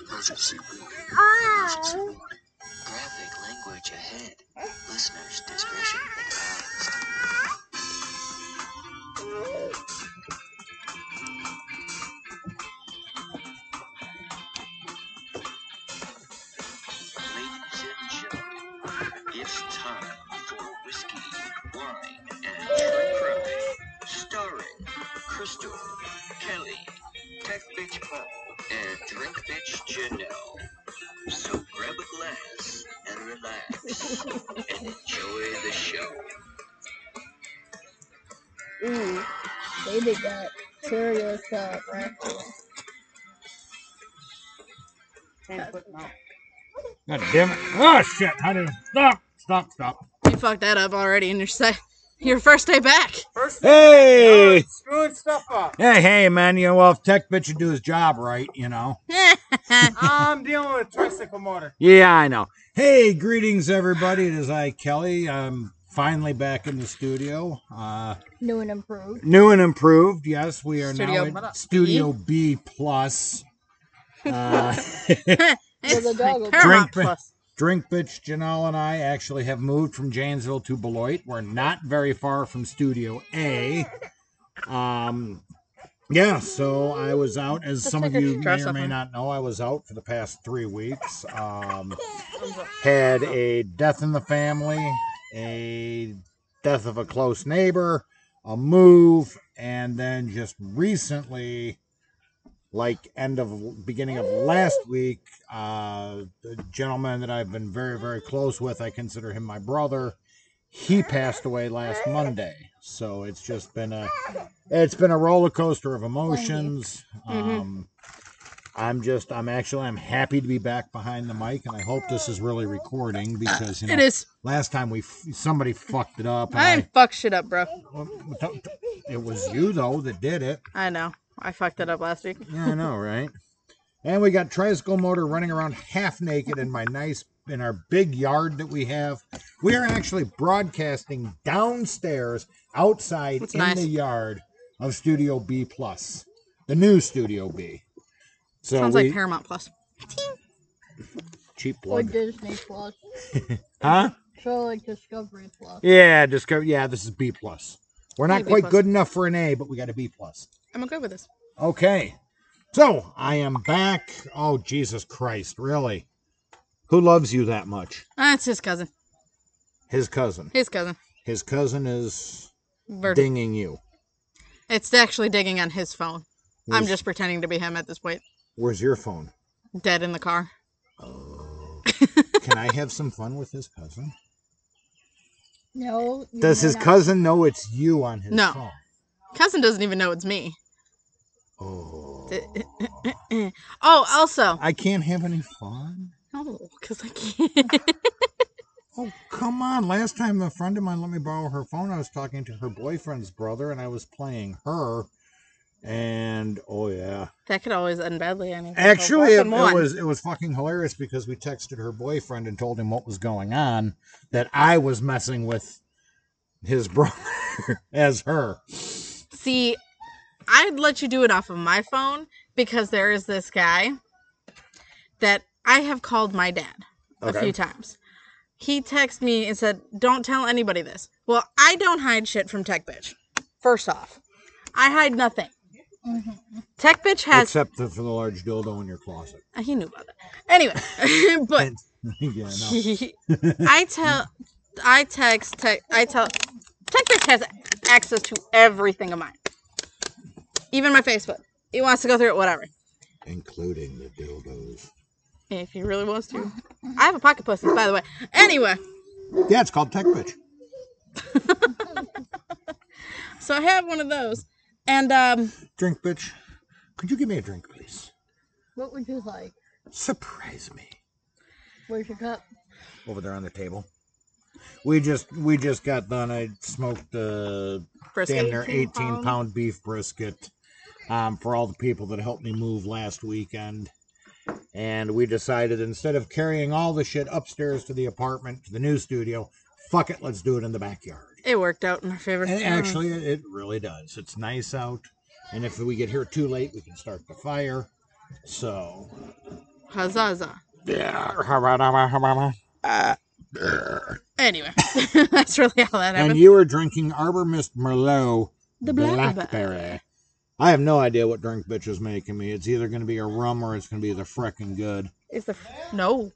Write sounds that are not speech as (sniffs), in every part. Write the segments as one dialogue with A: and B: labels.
A: Emergency warning. Emergency
B: Ow.
A: warning. Graphic language ahead. Listeners' discretion advised. Ladies and gentlemen, it's time for Whiskey, Wine, and True Crime. Starring Crystal, Kelly, Tech Bitch Paul, and Drink Bitch Janelle. So grab a glass and relax and enjoy the show.
B: Ooh, baby got Cheerios cup right there.
C: God damn it. Oh shit. How do stop? Stop, stop.
B: You fucked that up already in your se- your first day back. (laughs)
D: First
C: Hey!
D: screwing stuff up.
C: Hey, hey, man, you know, well, if tech bitch would do his job right, you know.
D: I'm dealing with a tricycle motor.
C: Yeah, I know. Hey, greetings, everybody. It is I, Kelly. I'm finally back in the studio. Uh,
B: New and improved.
C: new and improved. Yes, we are
B: Studio
C: now
B: B.
C: at Studio B
B: (laughs)
C: plus. Uh,
B: It's
E: With a
B: like
E: dog.
B: Paramount
C: Drink me.
B: Plus.
C: Drink Bitch Janelle and I actually have moved from Janesville to Beloit. We're not very far from Studio A. Um, yeah, so I was out, as some
E: take
C: of
E: your
C: you may
B: dress
C: or
B: off,
C: may
B: hon.
C: not know, I was out for the past three weeks. Um, had a death in the family, a death of a close neighbor, a move, and then just recently like end of beginning of last week uh the gentleman that i've been very very close with i consider him my brother he passed away last monday so it's just been a it's been a roller coaster of emotions
B: Mhm.
C: um i'm just i'm actually i'm happy to be back behind the mic and i hope this is really recording because you
B: It
C: know
B: is.
C: last time we f- somebody fucked it up and
B: I
C: i
B: didn't fuck shit up, bro.
C: it was you though that did it
B: I know. I fucked it up last week.
C: yeah, I know, right? And we got tricycle motor running around half naked in my nice in our big yard that we have. We are actually broadcasting downstairs outside
B: That's
C: in
B: nice.
C: the yard of Studio B Plus, the new Studio B. So
B: Sounds
C: we
B: like Paramount Plus.
C: cheap
E: Or
C: plug,
E: Disney Plus.
C: huh?
E: So like Discovery Plus.
C: Yeah, discover. Yeah, this is B Plus. We're
B: Yeah,
C: not
B: B
C: quite
B: plus.
C: good enough for an A, but we got a B plus.
B: I'm okay with this.
C: Okay, so I am back. Oh Jesus Christ, really? Who loves you that much?
B: That's Uh, his cousin.
C: His cousin.
B: His cousin.
C: His cousin is
B: Verdi.
C: dinging you.
B: It's actually digging on his phone. I'm
C: Where's-
B: just pretending to be him at this point.
C: Where's your phone?
B: Dead in the car.
C: Can I have some fun with his
B: (laughs)
C: cousin?
E: No. you
C: Does
E: may
C: his
E: not.
C: cousin know it's you on his
B: No.
C: phone?
B: Cousin doesn't even know it's me. (laughs)
C: Oh.
B: oh, also.
C: I can't have any fun?
B: No, because I can't. (laughs)
C: Oh, come on. Last time a friend of mine let me borrow her phone, I was talking to her boyfriend's brother and I was playing her. And oh yeah.
B: That could always end badly. I mean,
C: Actually,
B: so
C: it,
B: one
C: it
B: one.
C: was it was fucking hilarious because we texted her boyfriend and told him what was going on, that I was messing with his (laughs) brother as her.
B: See, I'd let you do it off of my phone because there is this guy that I have called my dad a
C: Okay.
B: few times. He texted me and said, "Don't tell anybody this." Well, I don't hide shit from Tech Bitch. First off, I hide nothing. Tech Bitch has.
C: Except for the large dildo in your closet. (laughs)
B: he knew about that. Anyway, (laughs) but
C: yeah, no.
B: (laughs) I tell, I text, te- I tell, TechFix has access to everything of mine, even my Facebook. He wants to go through it, whatever.
C: Including the dildos.
B: If he really wants to, I have a pocket pussy, by the way. Anyway,
C: Yeah, it's called Tech Bitch.
B: so I have one of those, and um,
C: Drink Bitch. Could you give me a drink, please?
E: What would you like?
C: Surprise me.
E: Where's your cup?
C: Over there on the table. We just we just got done. I smoked uh, damn
B: brisket.
C: near
E: 18
C: 18
E: pound.
C: pound beef brisket um, for all the people that helped me move last weekend. And we decided instead of carrying all the shit upstairs to the apartment, to the new studio, fuck it, let's do it in the backyard.
B: It worked out in our favor.
C: And actually, it it really does. It's nice out, and if we get here too late, we can start the fire. So,
B: Mm. Hazaza.
C: Yeah. Uh.
B: Anyway, (laughs) that's really how that
C: And
B: happened.
C: you were drinking Arbor Mist Merlot
B: the
C: Blackberry. I have no idea what drink bitch is making me. It's either going to be a rum or it's going to be the frickin' good.
B: is the no.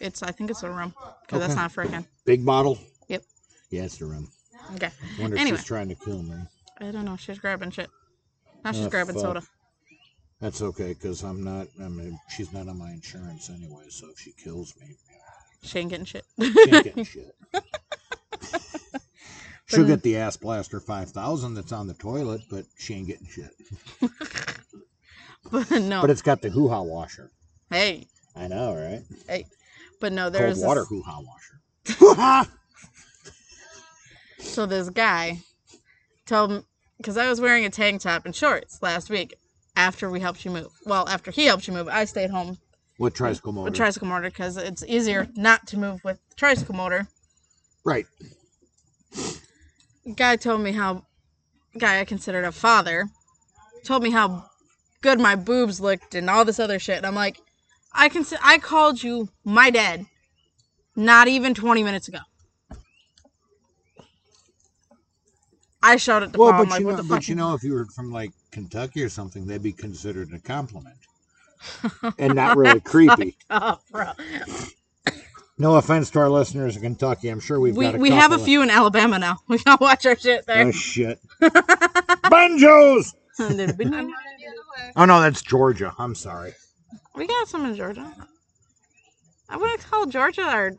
B: It's I think it's a rum because that's
C: Okay.
B: not frickin'.
C: Big bottle?
B: Yep.
C: Yeah, it's the rum.
B: Okay,
C: Wonder
B: Anyway.
C: if she's trying to kill me.
B: I don't know. She's grabbing shit. Now she's
C: Oh,
B: grabbing
C: fuck.
B: soda.
C: That's okay, because I'm not, I mean, she's not on my insurance anyway, so if she kills me,
B: She ain't getting shit. (laughs)
C: can't get shit. She'll get the ass blaster 5000 that's on the toilet, but she ain't getting shit.
B: but no.
C: But it's got the hoo ha washer.
B: hey,
C: I know, right?
B: hey. But no, there's
C: Cold water
B: this,
C: hoo ha washer.
B: (laughs)
C: Hoo ha!
B: so this guy told me because I was wearing a tank top and shorts last week after we helped you move. Well, after he helped you move, I stayed home
C: With tricycle motor.
B: with tricycle motor because it's easier not to move with tricycle motor.
C: right.
B: guy told me how guy I considered a father told me how good my boobs looked and all this other shit. And I'm like, I can I called you my dad not even 20 minutes ago. I showed it to
C: Well,
B: Paul. I'm
C: but,
B: like,
C: you
B: what
C: know,
B: the
C: but
B: fuck?
C: you know, if you were from like Kentucky or something, that'd be considered a
B: (laughs)
C: compliment. and not really creepy.
B: (laughs) Oh, bro.
C: No offense to our listeners in Kentucky. I'm sure we've
B: We,
C: got a
B: we have a
C: couple of-
B: few in Alabama now. (laughs) We gotta watch our shit there.
C: Oh
B: (laughs)
C: shit. Banjos. Oh no, that's Georgia. I'm sorry.
B: we got some in Georgia. I wouldn't call Georgia our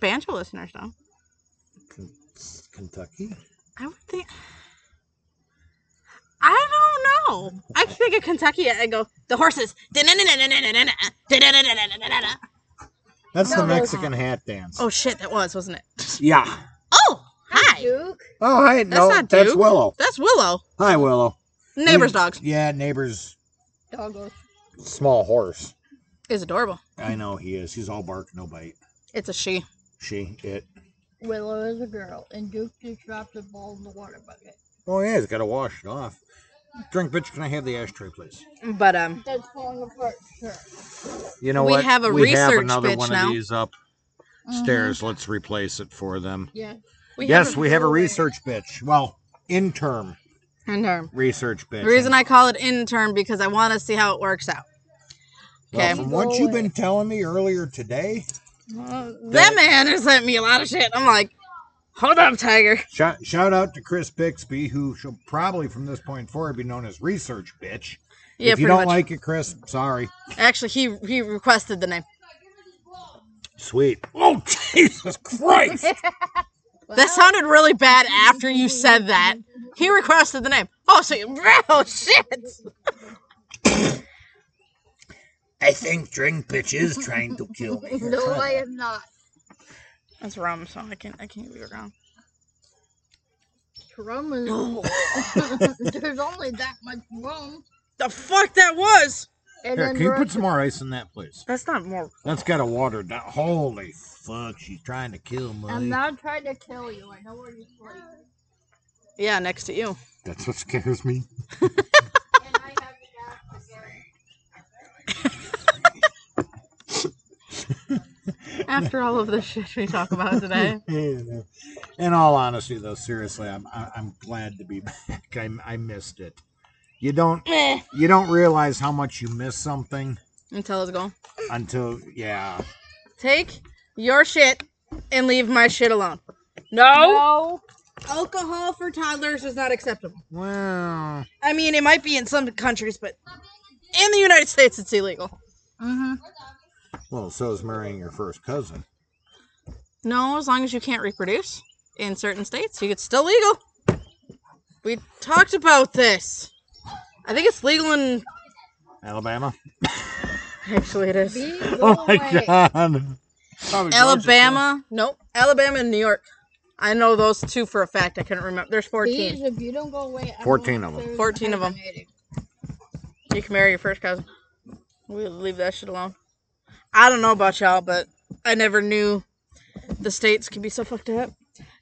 B: banjo listeners though.
C: Ken- Kentucky.
B: I would think. I don't know. I can think of Kentucky and I go, the horses. (laughs)
C: That's the
E: No, those-
C: Mexican hat dance.
B: Oh shit, that was, wasn't it?
C: yeah.
B: Oh, hi.
E: Duke.
C: Oh, hi. no,
B: not
C: that's
B: Duke.
C: Willow. Mm.
B: That's Willow.
C: Hi, Willow.
B: Neighbor's
C: We-
B: dogs.
C: Yeah, neighbor's
E: Doggos.
C: small horse.
B: Is adorable.
C: I know he is. He's all bark, no bite.
B: It's a she.
C: She, it.
E: Willow is a girl, and Duke just dropped a ball in the water bucket.
C: Oh yeah, he's got to wash it off. Drink, bitch. Can I have the ashtray, please?
B: But um,
E: That's falling apart, sure.
C: You know
B: We
C: what?
B: have a
C: we have
B: research
C: another
B: bitch
C: one
B: now. Mm-hmm.
C: of these upstairs. Let's replace it for them. (laughs)
E: Yeah.
B: we
C: yes,
B: have a-
C: we have a research bitch. Well, intern
B: intern.
C: research bitch.
B: The reason I call it intern because I want to see how it works out.
C: Well,
B: Okay.
C: from what you've been telling me earlier today,
B: that man has sent me a lot of shit. I'm like, hold up, Tiger.
C: shout, shout out to Chris Bixby, who shall probably from this point forward be known as research bitch.
B: Yeah,
C: if
B: pretty
C: you don't
B: much.
C: like it, Chris, sorry.
B: Actually, he he requested the name.
C: Sweet. Oh (laughs)
B: (laughs)
C: Jesus Christ!
B: That sounded really bad after you said that. He requested the name. Oh, so you, (laughs) oh shit.
C: I think drink bitch is trying to kill me. Here,
E: No,
C: try
E: I
C: that.
E: am not.
B: That's rum, so I can't I can't be wrong.
C: (gasps)
E: Rum is. (laughs) There's only that much rum.
B: The fuck that was?
E: And
C: Here,
E: then
C: can you
E: the
C: put
E: rest
C: some more ice in that, please?
B: That's not more.
C: That's got to water down. Holy fuck, she's trying to kill me.
E: I'm not trying to kill you. I know where you sleep.
C: (laughs)
B: Yeah, next to you.
C: That's what scares me.
B: (laughs) After all of the shit we talk about today.
C: In all honesty, though, seriously, I'm I- I'm glad to be (laughs) back. I, I missed it. You don't
B: Eh.
C: you don't realize how much you miss something
B: (laughs) Until it's gone.
C: until yeah.
B: Take your shit and leave my shit alone. No. No. Alcohol for toddlers is not acceptable.
C: Well,
B: I mean, it might be in some countries, but in the United States, it's illegal.
C: well, so is marrying your first cousin.
B: No, as long as you can't reproduce in certain states, you it's still legal. We talked about this. I think it's legal in.
C: Alabama. (laughs)
B: Actually, it is.
E: Be- go
C: Oh my
E: away.
C: god. Probably Georgia,
B: Alabama. Nope. Alabama and New York. I know those two for a fact. I couldn't remember. There's 14.
E: These, if you don't go away, I'm
C: 14 of 'em.
E: upstairs
B: 14 of 'em.
E: hibernating.
B: You can marry your first cousin. We leave that shit alone. I don't know about y'all, but I never knew the states could be so fucked up.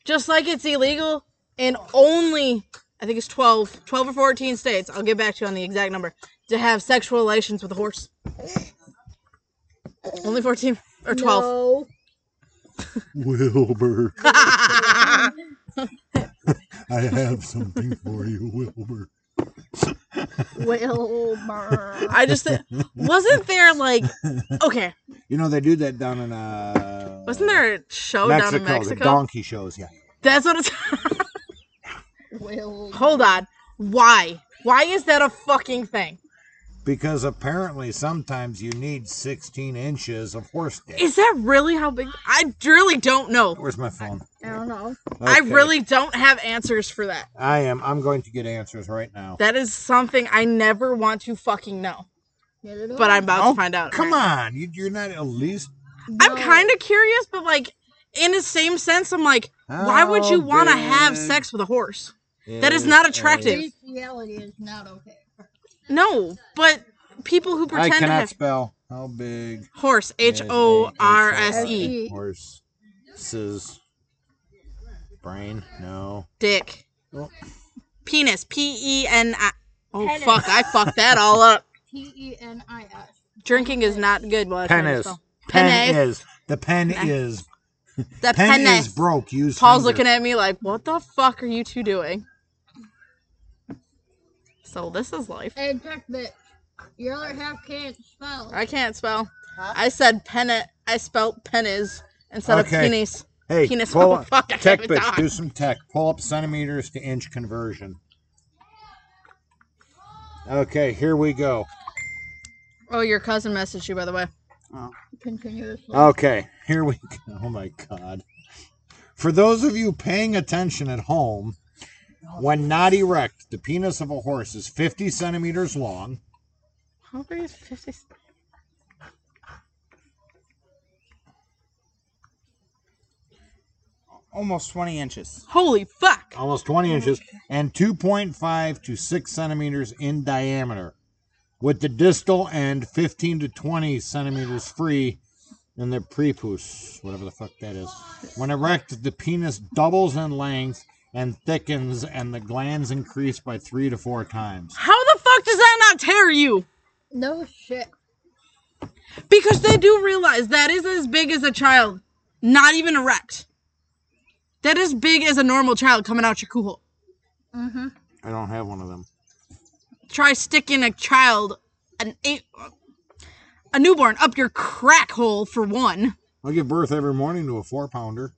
B: Just like it's illegal in only, I think it's 12, 12 or 14 states. I'll get back to you on the exact number to have sexual relations with a horse. Only 14 or 12.
E: No.
F: Wilbur,
B: (laughs)
F: I have something for you, Wilbur.
E: Wilbur.
B: I just thi- wasn't there like okay,
C: You know they do that down in uh
B: wasn't there a show down in
C: the
B: Mexico?
C: donkey shows. Yeah,
B: That's what it's
E: Wilbur.
B: Hold on. Why? Why is that a fucking thing?
C: because apparently sometimes you need 16 inches of horse dick.
B: Is that really how big I really don't know.
C: Where's my phone?
E: I don't know.
B: I
C: Okay.
B: really don't have answers for that.
C: I am. I'm going to get answers right now.
B: That is something I never want to fucking know.
E: Neither do
B: But
E: I.
B: I'm about to find out.
C: Oh, Come on, you, you're not at least.
B: I'm
E: No.
B: kind of curious, but like in the same sense, I'm like, why would
C: Oh,
B: you want to have sex with a horse? that is not attractive.
E: Bestiality E is not okay.
B: No, but people who
C: I
B: pretend to
C: cannot
B: have
C: spell. How big?
B: horse, H
C: is a
B: O R S
E: S-E.
B: E,
C: Horses. Brain? No.
B: dick,
C: Oh.
B: penis, P E N I. Oh
E: Penis.
B: fuck, I fucked that all up.
E: T E N I S.
B: Drinking is not good. Well, I tried to
C: Penis.
B: spell.
C: Pen
B: Penis.
C: is. The pen
B: Penis.
C: is.
B: The
C: Pen
B: penis.
C: is broke. Use.
B: Paul's looking at me like, what the fuck are you two doing? So this is life.
E: Hey, Jack, bitch. Your other half can't spell.
B: I can't spell.
E: Huh?
B: I said penis. I spelt penis instead
C: Okay.
B: of penis.
C: Hey,
B: penis.
C: pull
B: Oh,
C: up.
B: fuck, I
C: tech
B: haven't
C: bitch.
B: done.
C: Do some tech. Pull up centimeters to inch conversion. Okay, here we go.
B: Oh, your cousin messaged you, by the way.
E: Continuously.
C: Okay, here we go. (laughs) Oh my God. For those of you paying attention at home, when not erect, the penis of a horse is 50 centimeters long.
B: How big is 50?
D: Almost 20 inches.
B: Holy fuck!
C: almost 20 inches, and 2.5 to 6 centimeters in diameter, with the distal end 15 to 20 centimeters free in the prepuce, whatever the fuck that is. When erect, the penis doubles in length and thickens, and the glands increase by three to four times.
B: How the fuck does that not tear you?
E: No shit.
B: Because they do realize that is as big as a child, not even erect. That is big as a normal child coming out your kuhol.
E: Mm-hmm.
C: I don't have one of them.
B: Try sticking a child, an eight, a newborn up your crack hole for one.
C: I give birth every morning to a four pounder.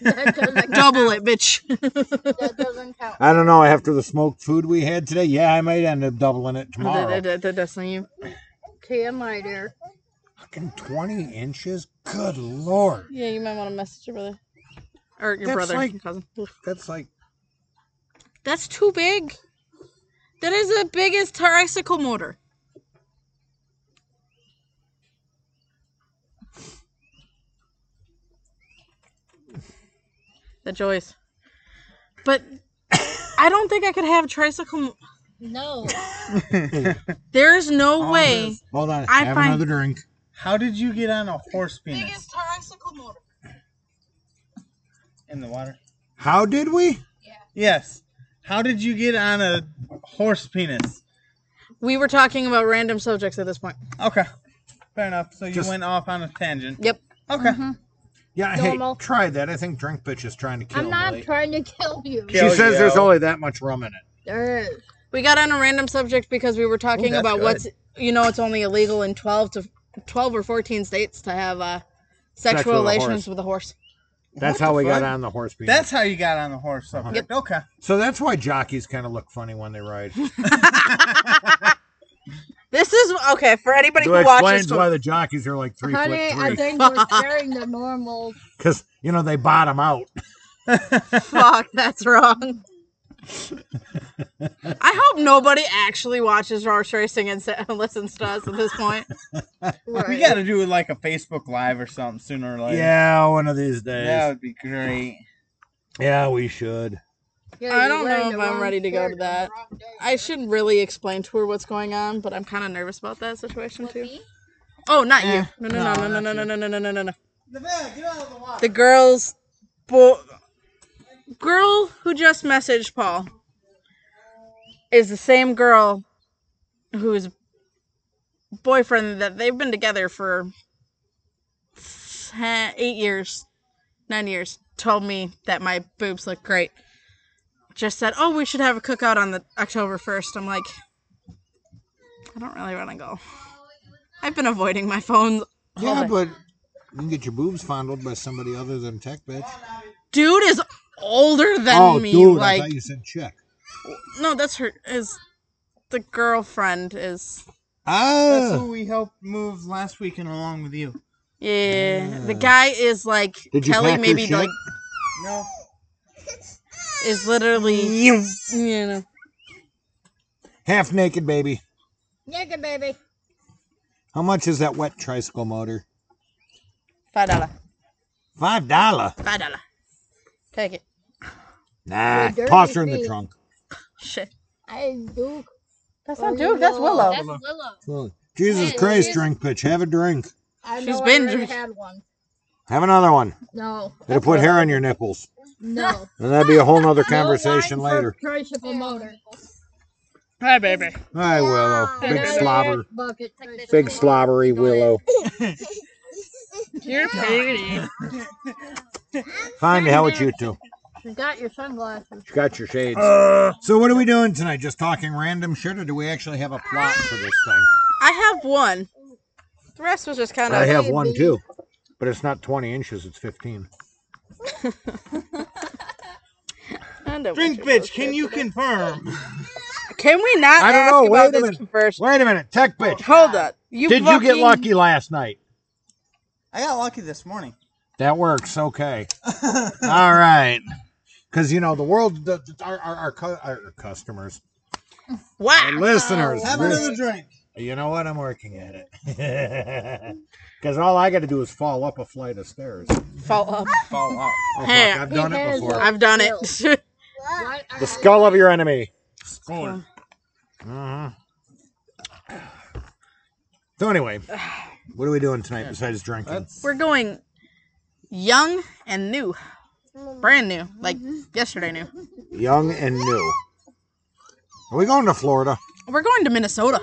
E: That doesn't,
B: Double it, bitch.
E: that doesn't count.
C: I don't know. After the smoked food we had today, yeah, I might end up doubling
B: (laughs)
C: it tomorrow.
B: That's not you.
E: TMI, E, dear.
C: Fucking 20 inches? Good lord.
B: Yeah, you might want to message your brother or your
C: That's
B: brother,
C: like-
B: your cousin.
C: That's like
B: That's too big. That is the biggest thoracical motor. The joys. But (coughs) I don't think I could have tricycle. mo-
E: No.
B: There is no
D: Oh,
B: way.
D: this-
C: Hold on.
B: I
C: have
B: find-
C: another drink.
D: How did you get on a horse penis?
B: thoracical motor.
D: In the water?
C: How did we?
D: Yes. How did you get on a horse penis?
B: We were talking about random subjects at this point.
D: Okay. Fair enough. So you
C: Just-
D: went off on a tangent.
B: Yep.
D: Okay.
C: Yeah,
E: Normal.
C: hey, try that. I think Drink Bitch is trying to kill
E: I'm
C: me.
E: not trying to kill you.
C: she
D: Kill
C: says
D: you.
C: there's only that much rum in it.
E: There is.
B: We got on a random subject because we were talking
D: that's
B: about
D: good.
B: what's you know it's only illegal in twelve to twelve or fourteen states to have uh, sexual
C: Sex with a
B: relations
C: horse.
B: with a horse.
C: That's
D: What
C: how
D: the
C: we got
D: fuck?
C: on the horse penis.
D: That's how you got on the horse subject. Okay.
C: so that's why jockeys kind of look funny when they (laughs) ride.
B: This is okay for anybody
C: So
B: who
C: it explains
B: watches.
C: why the jockeys are like three
E: Honey, I
C: foot three.
E: think
C: (laughs)
E: we're sharing the normal.
C: Because, you know, they bottom out.
B: (laughs) Fuck, that's wrong. I hope nobody actually watches horse racing and sa- (laughs) and listens to us at this point.
D: We
E: Right.
D: got to do like a Facebook Live or something sooner or later.
C: Yeah, one of these days.
D: That would be great.
C: Yeah, we should.
E: Yeah,
B: I
E: you're
B: don't know
E: wearing
B: if
E: the
B: I'm
E: wrong
B: ready to go
E: shirt
B: to
E: on the
B: that.
E: wrong day,
B: I
E: dear.
B: should really explain to her what's going on, but I'm kind of nervous about that situation
E: With
B: too.
E: me?
B: Oh, not you. No,
D: no,
B: no, no, no,
D: not
B: no, no, no, no, no, no, no, no.
D: Nevada, get out of the water.
B: the girl's bo- girl who just messaged Paul is the same girl whose boyfriend that they've been together for ten, eight years, nine years, told me that my boobs look great. Just said, "Oh, we should have a cookout on the October 1st. I'm like, I don't really want to go. I've been avoiding my phone.
C: Yeah,
B: Hold it.
C: but you can get your boobs fondled by somebody other than Tech Bitch.
B: Dude is older than
C: oh,
B: me.
C: dude, I
B: like,
C: thought you said chick.
B: no, that's her. Is the girlfriend is
D: That's
C: Ah,
D: who we helped move last weekend along with you.
B: yeah. The guy is like
C: Did you
B: Kelly.
C: pack her
B: Maybe
C: shit?
B: like
D: No.
B: is literally you know.
C: half naked, baby.
E: Naked baby.
C: How much is that wet tricycle motor?
B: Five dollar.
C: Five dollar.
B: Five dollar. Take it.
C: Nah,
E: They're dirty
C: toss her in the
E: feet.
C: trunk.
B: Shit.
E: I do.
B: That's
E: Oh,
B: not Duke. That's
E: no.
B: Willow.
G: That's Willow.
C: Oh, Jesus
G: Hey,
C: Christ,
G: she's-
C: drink bitch, have a drink.
E: I
B: She's
E: know
B: been
E: I already
B: dr-
E: had one.
C: Have another one.
E: No.
C: It'll put hair on your nipples.
E: No.
C: And that'd be a whole nother
E: No wine
C: conversation
E: for
C: later.
E: Tricycle motor.
B: Hi, baby.
C: Hi, Willow. Big
E: Another
C: slobber.
E: Bucket.
C: Big slobbery Willow.
B: You're pretty.
C: Fine to hell with you two.
E: You got your sunglasses.
C: You got your shades. so what are we doing tonight? Just talking random shit, or do we actually have a plot for this thing?
B: I have one. The rest was just kind
C: I
B: of.
C: have one too, but it's not 20 inches; it's 15.
D: Drink bitch, can you confirm?
B: Can we not?
C: I don't
B: ask
C: know, wait a
B: About this
C: minute.
B: first.
C: Wait a minute, tech bitch.
B: Hold up. You
C: Did you get
B: fucking-
C: lucky last night?
D: I got lucky this morning.
C: That works. Okay. All right. Because you know the world, the, the- our, our, our, cu- our customers, our
B: Wow.
C: listeners.
D: Have
C: lis-
D: another drink.
C: you know what? I'm working at it. (laughs) Because all I got to do is fall up a flight of stairs. Oh,
B: Fall up.
D: Fall off.
C: fuck,
B: Hey,
C: I've done it
E: has
C: before.
B: I've done (laughs) it.
E: Why-
C: The skull of your enemy.
D: Score.
C: Mhm. So anyway, what are we doing tonight besides drinking?
B: We're going young and new. Brand new. Like yesterday new.
C: Young and new. Are we going to Florida?
B: We're going to Minnesota.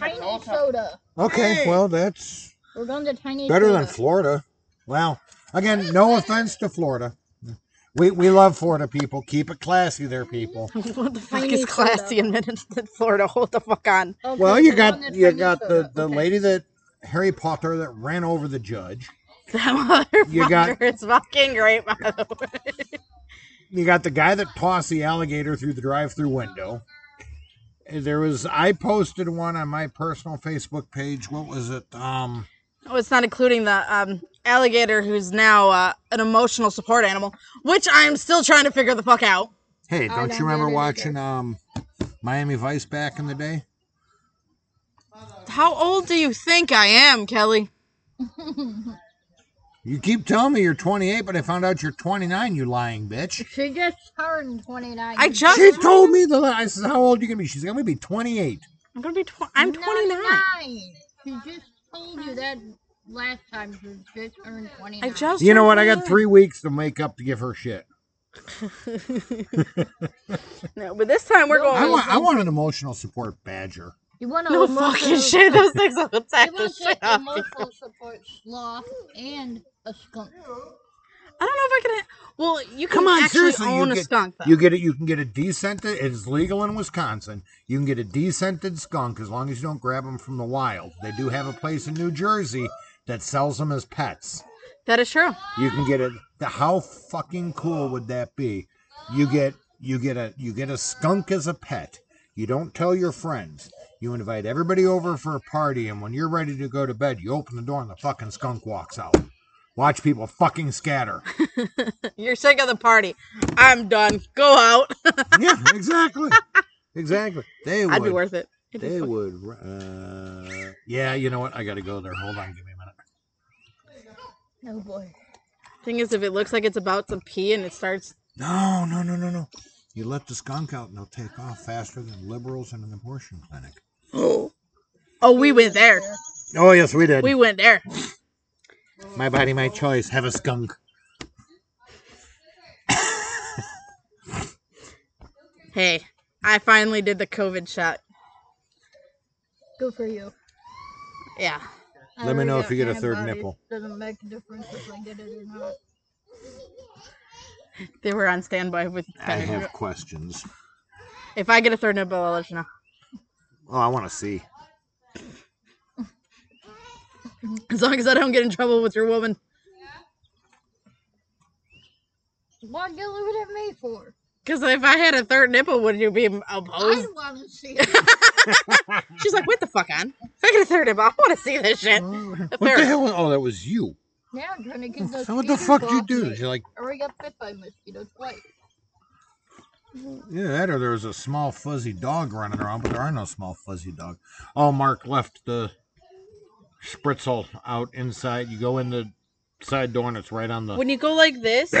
E: Tiny soda.
C: Okay, well that's
E: We're going to tiny
C: better
E: soda.
C: than Florida. Well, again, no offense to Florida. We we love Florida people. Keep it classy there, people.
B: what the fuck
E: Tiny
B: is classy (laughs) in Minnesota, Florida? Hold the fuck on. (laughs)
E: Okay,
C: Well, you
E: we're going
C: got
E: to
C: you
E: tiny
C: got the
E: soda.
C: the
E: Okay.
C: lady that Harry Potter that ran over the judge.
B: That motherfucker
C: You got-
B: is fucking great, by the way.
C: You got the guy that tossed the alligator through the drive-through window. There was I posted one on my personal Facebook page. What was it? Um
B: Oh, it's not including the um, alligator who's now uh, an emotional support animal, which I'm still trying to figure the fuck out.
C: Hey, don't
E: don't
C: you remember
E: get it
C: watching um Miami Vice back in the day?
B: How old do you think I am, Kelly?
C: You keep telling me you're 28, but I found out you're 29. You lying bitch.
E: She just turned 29.
B: I just.
C: She told me the. li- I said, "How old you gonna be?" She's gonna be 28.
B: I'm gonna be. Tw- I'm 29.
E: She just told you that last time. She just turned 29.
B: I just.
C: You know
B: turned
C: what? I got
B: 29.
C: three weeks to make up to give her shit.
B: No, but this time we're going.
C: I want. I want an emotional support badger.
E: You want to
B: no fucking shit. Those things will attack
E: You
B: the
E: want
B: shit
E: to
B: out of you.
E: emotional support sloth and a skunk.
B: I don't know if I can. Well, you can
C: Come on,
B: actually
C: seriously.
B: own
C: you
B: a
C: get,
B: skunk though.
C: You get it. You can get a descented. It is legal in Wisconsin. You can get a descented skunk as long as you don't grab them from the wild. They do have a place in New Jersey that sells them as pets.
B: that is true.
C: You can get it. How fucking cool would that be? You get you get a you get a skunk as a pet. You don't tell your friends. You invite everybody over for a party, and when you're ready to go to bed, you open the door and the fucking skunk walks out. Watch people
B: (laughs)
C: fucking scatter.
B: (laughs) You're sick of the party. I'm done. Go out.
C: yeah, exactly, exactly. They would.
B: I'd be worth it. It'd be
C: they
B: fucking-
C: would. Uh, yeah, you know what? I gotta go there. Hold on, give me a minute.
E: No boy.
B: Thing is, if it looks like it's about to pee and it starts, (gasps)
C: No, no, no, no, no. You let the skunk out, and they'll take off faster than liberals in an abortion clinic.
B: oh, we went there.
C: Oh yes, we did.
B: We went there.
C: My body, my choice. Have a skunk.
B: Hey, I finally did the COVID shot.
E: Good for you.
B: Yeah,
E: I
C: Let me
E: already
C: know if
E: got
C: you get a third
E: antibodies.
C: nipple.
E: Doesn't make a difference if I get it or not.
B: They were on standby with
C: I
B: Penny.
C: have questions.
B: If I get a third nipple, I'll let you know.
C: Oh, I want to see.
B: As long as I don't get in trouble with your woman.
E: What you looking at me for?
B: Because if I had a third nipple, would you be opposed?
E: I want to see it.
B: She's like, what the fuck, on? If I get a third nipple, I want to see this shit.
C: What the hell? Oh, that was you.
E: Now I'm trying to get those.
C: So what the
E: feeders
C: fuck did you
E: off
C: do?
E: me.
C: You're like,
E: I already got bit by mosquitoes twice.
C: yeah, that or there was a small fuzzy dog running around, but there are no small fuzzy dog. Oh, Mark left the spritzel out inside. You go in the side door and it's right on the.
B: When you go like this,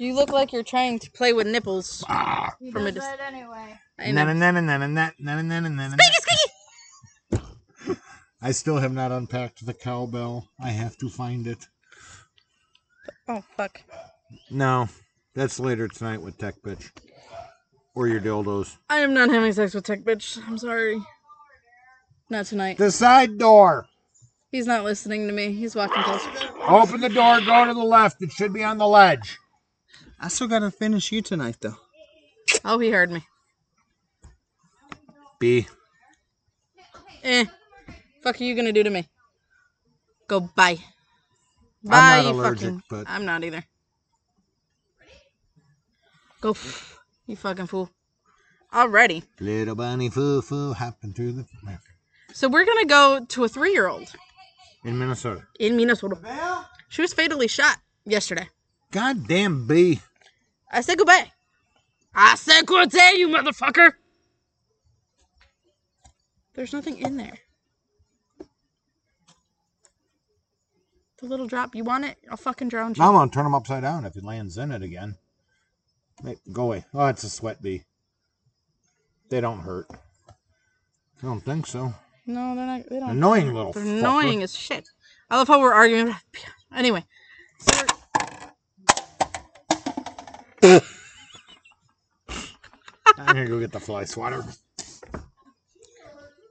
B: you look like you're trying to play with nipples.
C: Ah.
E: He
B: From a
E: does
B: dis-
E: that anyway.
B: I
C: Na-
B: know.
C: na- na- na- na- na- na- na- na- na- na-
F: I still have not unpacked the cowbell. I have to find it.
B: Oh, fuck.
C: No, that's later tonight with Tech Bitch. Or your dildos.
B: I am not having sex with Tech Bitch. I'm sorry. Not tonight.
C: The side door.
B: He's not listening to me. He's walking close.
C: Open the door, go to the left. It should be on the ledge.
D: I still gotta finish you tonight, though.
B: Oh, he heard me.
C: B.
B: Eh. Fuck are you gonna do to me? Go bye. Bye,
C: not
B: you
C: allergic,
B: fucking.
C: but-
B: I'm not either. Go, f- you fucking fool. Alrighty.
C: Little bunny foo foo happened to the
B: So we're gonna go to a three-year-old
C: in Minnesota.
B: in Minnesota. She was fatally shot yesterday.
C: Goddamn B.
B: I said goodbye. I said good day, you motherfucker. There's nothing in there. The little drop. You want it? I'll fucking drown you.
C: I'm gonna turn him upside down if he lands in it again. Hey, go away. Oh, it's a sweat bee. They don't hurt. I don't think so.
B: No, they're not. They don't.
C: Annoying little.
B: They're
C: fucker.
B: annoying as shit. I love how we're arguing. (laughs) Anyway,
C: (laughs) I'm gonna go get the fly swatter.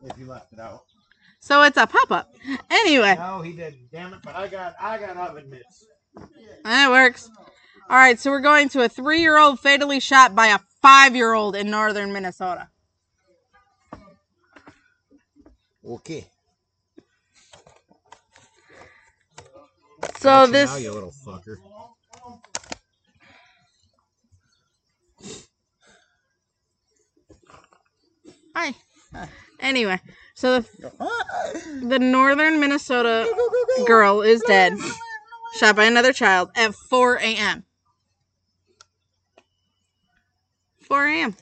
C: If you left it out.
B: so it's a pop up. Anyway,
C: No, he didn't. Damn it! But I got I got oven mitts.
B: that works. All right, so we're going to a three-year-old fatally shot by a five-year-old in northern Minnesota.
C: Okay.
B: So
C: Now,
B: Oh, this.
C: you little fucker.
B: Hi. Anyway, so the, the northern Minnesota girl is dead, shot by another child at 4 a.m. 4 a.m.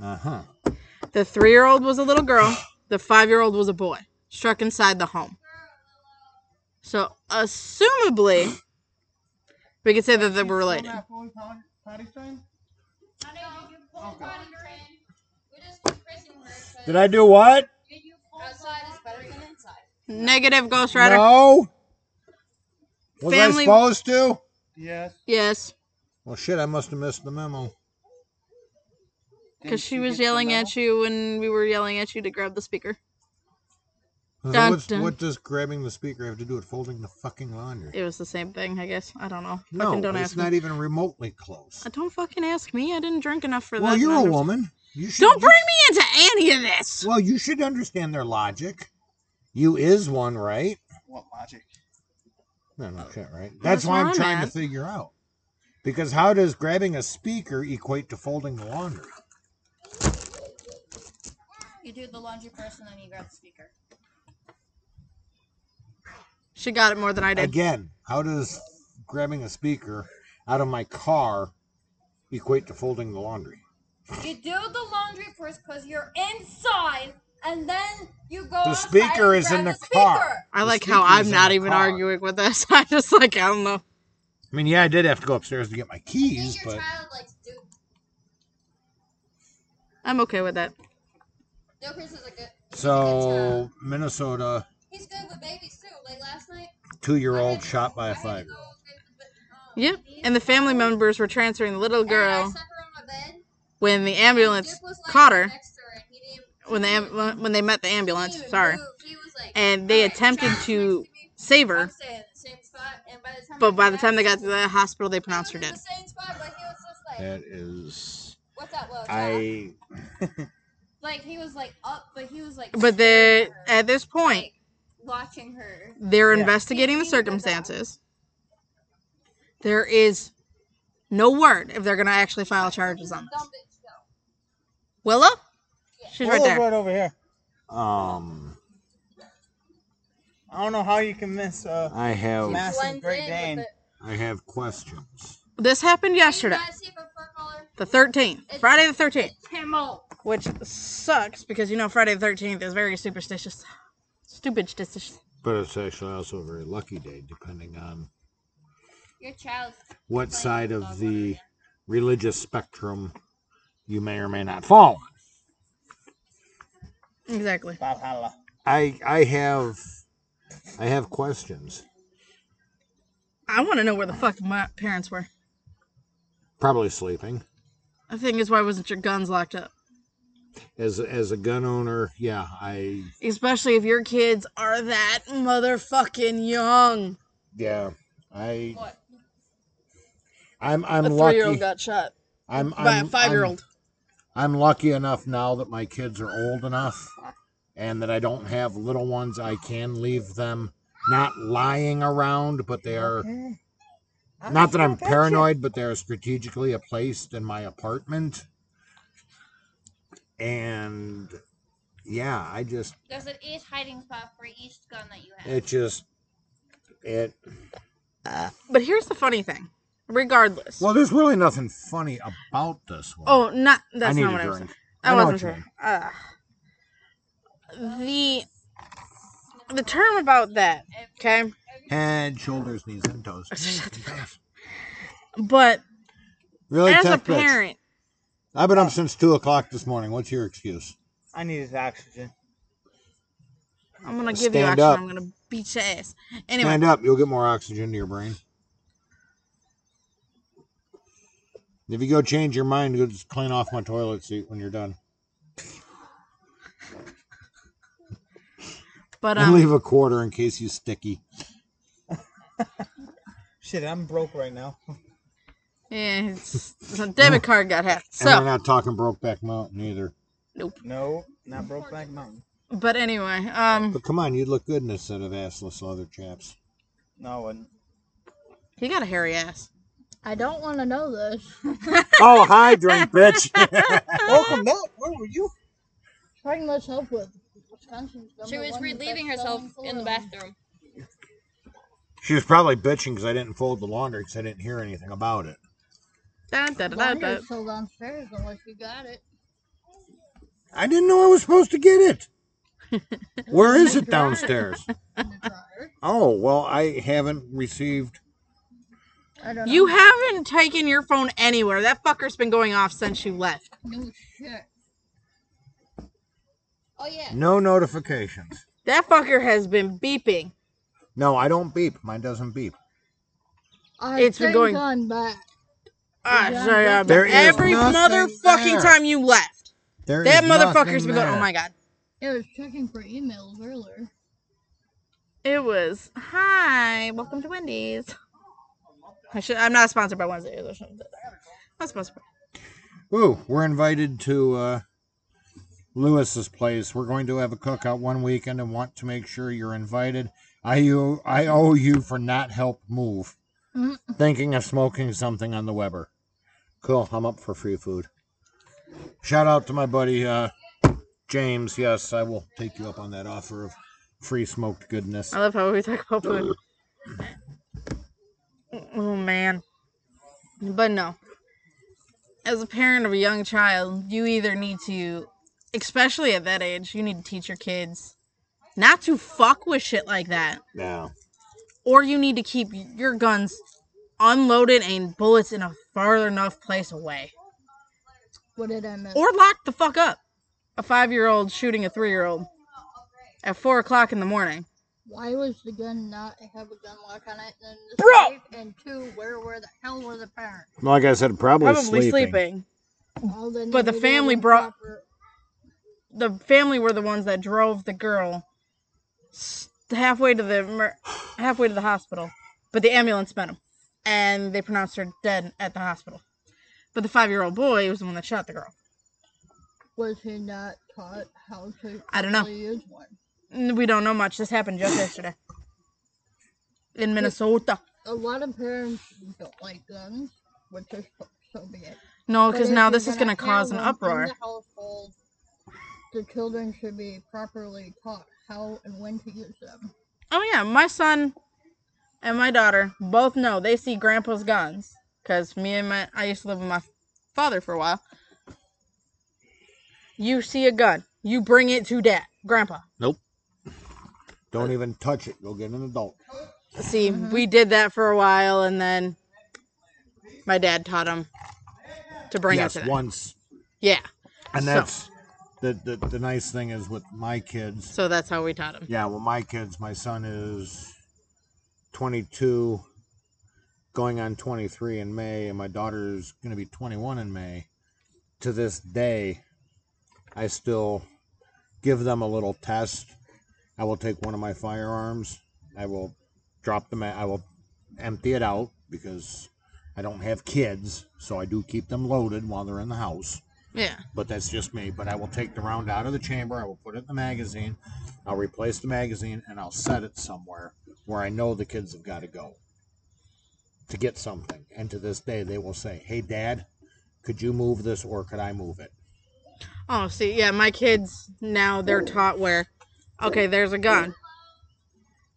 C: Uh huh.
B: The three year old was a little girl, the five year old was a boy, struck inside the home. So, assumably, we could say that they were related.
C: Did I do what?
B: Negative Ghost Rider.
C: No. Was
B: Family-
C: I supposed to?
D: Yes.
B: Yes,
C: Well, shit, I must have missed the memo. (laughs)
B: because she was yelling at you when we were yelling at you to grab the speaker.
C: So
B: Dun,
C: what's,
B: dun.
C: What does grabbing the speaker have to do with folding the fucking laundry?
B: It was the same thing, I guess. I don't know.
C: No,
B: fucking don't
C: it's
B: ask
C: not
B: me.
C: even remotely close.
B: Uh, Don't fucking ask me. I didn't drink enough for
C: Well,
B: that.
C: you're a
B: Not-
C: woman. You should.
B: Don't
C: you-
B: bring me into any of this.
C: Well, you should understand their logic. You is one, right?
D: What logic?
C: No, no, shit, right.
B: That's
C: That's why
B: what
C: I'm
B: I'm
C: trying to
B: at.
C: figure out. Because how does grabbing a speaker equate to folding the laundry?
G: You do the laundry first and then you grab the speaker.
B: She got it more than I did.
C: Again, how does grabbing a speaker out of my car equate to folding the laundry?
G: You do the laundry first because you're inside and then you go
C: The
G: outside
C: speaker
G: and
C: is
G: grab
C: in the
G: speaker.
C: car.
B: I
C: The
B: like how
C: speaker's
B: I'm
C: in
B: not
C: the
B: even
C: car.
B: arguing with this. (laughs) I just like I don't know.
C: I mean, yeah, I did have to go upstairs to get my
G: I think
C: keys,
G: your
C: but
G: child likes do.
B: I'm okay with that.
G: No, Chris is a good.
C: so Minnesota
G: He's good with babies too. Like last night.
C: two-year-old shot by a five-year-old.
B: Yep. And the family members were transferring the little
G: girl. I
B: girl
G: set her on my bed.
B: when the
G: and
B: ambulance
G: Dick was laying
B: caught her.
G: Next to her and he didn't,
B: when they when they met the ambulance.
G: He
B: Sorry,
G: moved. He was like,
B: and they
G: "Alright,
B: attempted
G: Chad's
B: to
G: next me.
B: save
G: I'm
B: her,
G: staying in the same spot, and by the time
B: but
G: I
B: by the
G: got
B: time they
G: back,
B: got to the hospital, they
G: I was
B: pronounced her
G: in
B: dead.
G: The same spot, but he was just like,
C: That is.
G: "What's up, Will?"
C: I.
G: like he was like up, but he was like.
B: But they
G: staring at her,
B: at this point,
G: like, watching her.
B: they're
D: Yeah.
B: investigating the
G: He- he did that.
B: circumstances. There is no word if they're gonna actually file charges on this.
G: Dumb bitch, though.
B: Willa, she's right
D: Willow's
B: there.
D: right over here.
C: Um.
D: I don't know how you can miss uh,
C: I have.
D: Massive
G: Blends
D: Great
G: in with
D: Dane.
G: it.
C: I have questions.
B: This happened yesterday,
G: You guys see if a fur collar?
B: the 13th, Friday the 13th,
E: Camel.
B: which sucks because you know Friday the 13th is very superstitious, stupid stitious.
C: But it's actually also a very lucky day, depending on
G: Your child's
C: what side of the religious spectrum you may or may not fall on.
B: Exactly.
D: Valhalla.
C: I I have I have questions.
B: I want to know where the fuck my parents were.
C: Probably sleeping.
B: I think is why wasn't your guns locked up?
C: As as a gun owner, yeah, I
B: Especially if your kids are that motherfucking young.
C: yeah, I
G: What?
C: I'm I'm
B: a
C: lucky.
B: three-year-old got shot
C: I'm, I'm
B: by a five-year-old.
C: I'm, I'm lucky enough now that my kids are old enough and that I don't have little ones I can leave them not lying around, but they are not that I'm paranoid, but they're strategically placed in my apartment. And yeah, I just
G: There's an each hiding spot for each gun that you have.
C: it just it
B: But here's the funny thing. Regardless.
C: well, there's really nothing funny about this one.
B: oh, not
C: I
B: that's
C: need
B: not what
C: a
B: I was
C: drink.
B: I,
C: I know
B: wasn't
C: what you
B: sure. Uh, the the term about that, okay?
C: Head, shoulders, knees,
B: (laughs)
C: and toes.
B: But
C: really
B: as a
C: tough bitch.
B: parent,
C: I've been up since two o'clock this morning. What's your excuse?
D: I needed oxygen.
B: I'm gonna give you
C: Stand
B: action.
C: up.
B: I'm gonna beat your ass. Anyway,
C: Stand up. You'll get more oxygen to your brain. If you go change your mind, go just clean off my toilet seat when you're done.
B: but
C: and
B: um,
C: leave a quarter in case you sticky.
D: Shit, I'm broke right now.
B: yeah, it's, the debit card got
C: (laughs)
B: hacked.
C: And we're
B: So,
C: not talking Brokeback Mountain either.
D: No, not broke black mountain.
B: but anyway, um,
C: But come on, you'd look good in a set of assless leather
B: (laughs)
C: chaps.
D: No, I wouldn't.
B: he got a hairy ass.
E: I don't want to know this.
C: oh, hi, drink, bitch. (laughs)
B: Ah.
D: Welcome back. Where were you?
E: Trying much help with. Wisconsin's number
G: She was
E: one
G: relieving herself
E: best-selling
G: in the
E: cologne.
G: bathroom.
C: she was probably bitching because I didn't fold the laundry because I didn't hear anything about it.
B: Dun, dun, dun, dun,
E: Laundry
B: dun.
E: is still downstairs unless you got it.
C: I didn't know I was supposed to get it.
B: (laughs)
C: Where is it
E: Dryer.
C: downstairs?
E: In the dryer.
C: Oh, well, I haven't received.
E: I don't
B: You
E: know.
B: haven't taken your phone anywhere. That fucker's been going off since you left.
E: No shit.
G: Oh yeah.
C: No notifications.
B: That fucker has been beeping.
C: No, I don't beep. Mine doesn't beep.
E: I
B: It's been
E: think
B: going-
E: on back.
B: Ah,
E: Yeah,
B: sorry,
E: but-
B: um,
C: There is
B: every
C: nothing
B: motherfucking
C: there.
B: time you left,
C: There
B: that
C: is
B: motherfucker's
C: nothing
B: been going.
C: there.
B: Oh my god!
E: It was checking for emails earlier.
B: It was hi, welcome to Wendy's. I should. I'm not sponsored by Wednesday. I shouldn't do that. Not sponsored. by-
C: Ooh, we're invited to uh, Lewis's place. We're going to have a cookout one weekend and want to make sure you're invited. I owe, I owe you for not help move.
E: Mm.
C: Thinking of smoking something on the Weber. Cool, I'm up for free food. Shout out to my buddy uh, James. Yes, I will take you up on that offer of free smoked goodness.
B: I love how we talk about food. Oh man. But no. As a parent of a young child, you either need to especially at that age, you need to teach your kids not to fuck with shit like that.
C: Yeah.
B: Or you need to keep your guns unloaded and bullets in a far enough place away.
E: What did I miss?
B: Or lock the fuck up. A five year old shooting a three year old at four o'clock in the morning.
E: Why was the gun not have a gun lock on it? And the
B: Bro!
E: safe? And two, where were the hell were the parents?
C: Like I said, probably,
B: Probably sleeping.
E: All the
B: But the
E: negative
B: family
E: and
B: brought-
E: proper
B: the family were the ones that drove the girl s- halfway to the mer- halfway to the hospital, but the ambulance met him, and they pronounced her dead at the hospital. But the five-year-old boy was the one that shot the girl.
E: Was he not taught how to
B: I don't know.
E: really use one?
B: N- We don't know much. This happened just yesterday in Minnesota.
E: A lot of parents don't like guns, which is so- so be it.
B: No,
E: But
B: because
E: if
B: now
E: you're
B: this is going to
E: have
B: cause an
E: one in
B: uproar.
E: The household, the children should be properly taught how and when to use them.
B: Oh yeah, my son and my daughter both know they see grandpa's guns because me and my I used to live with my father for a while. You see a gun, you bring it to dad, grandpa.
C: Don't even touch it. Go get an adult.
B: See, we did that for a while, and then my dad taught him to bring
C: yes,
B: it to them.
C: once.
B: Yeah,
C: And
B: So-
C: that's the, the the nice thing is with my kids.
B: so that's how we taught him.
C: Yeah, well, my kids. My son is 22, going on 23 in May, and my daughter's going to be 21 in May. To this day, I still give them a little test. I will take one of my firearms. I will drop them. I will empty it out because I don't have kids, so I do keep them loaded while they're in the house
B: Yeah,
C: but that's just me. But I will take the round out of the chamber, I will put it in the magazine, I'll replace the magazine, and I'll set it somewhere where I know the kids have got to go to get something. And to this day, they will say, Hey, Dad, could you move this or could I move it?
B: Oh, see, yeah, my kids now they're taught where, okay, there's a gun.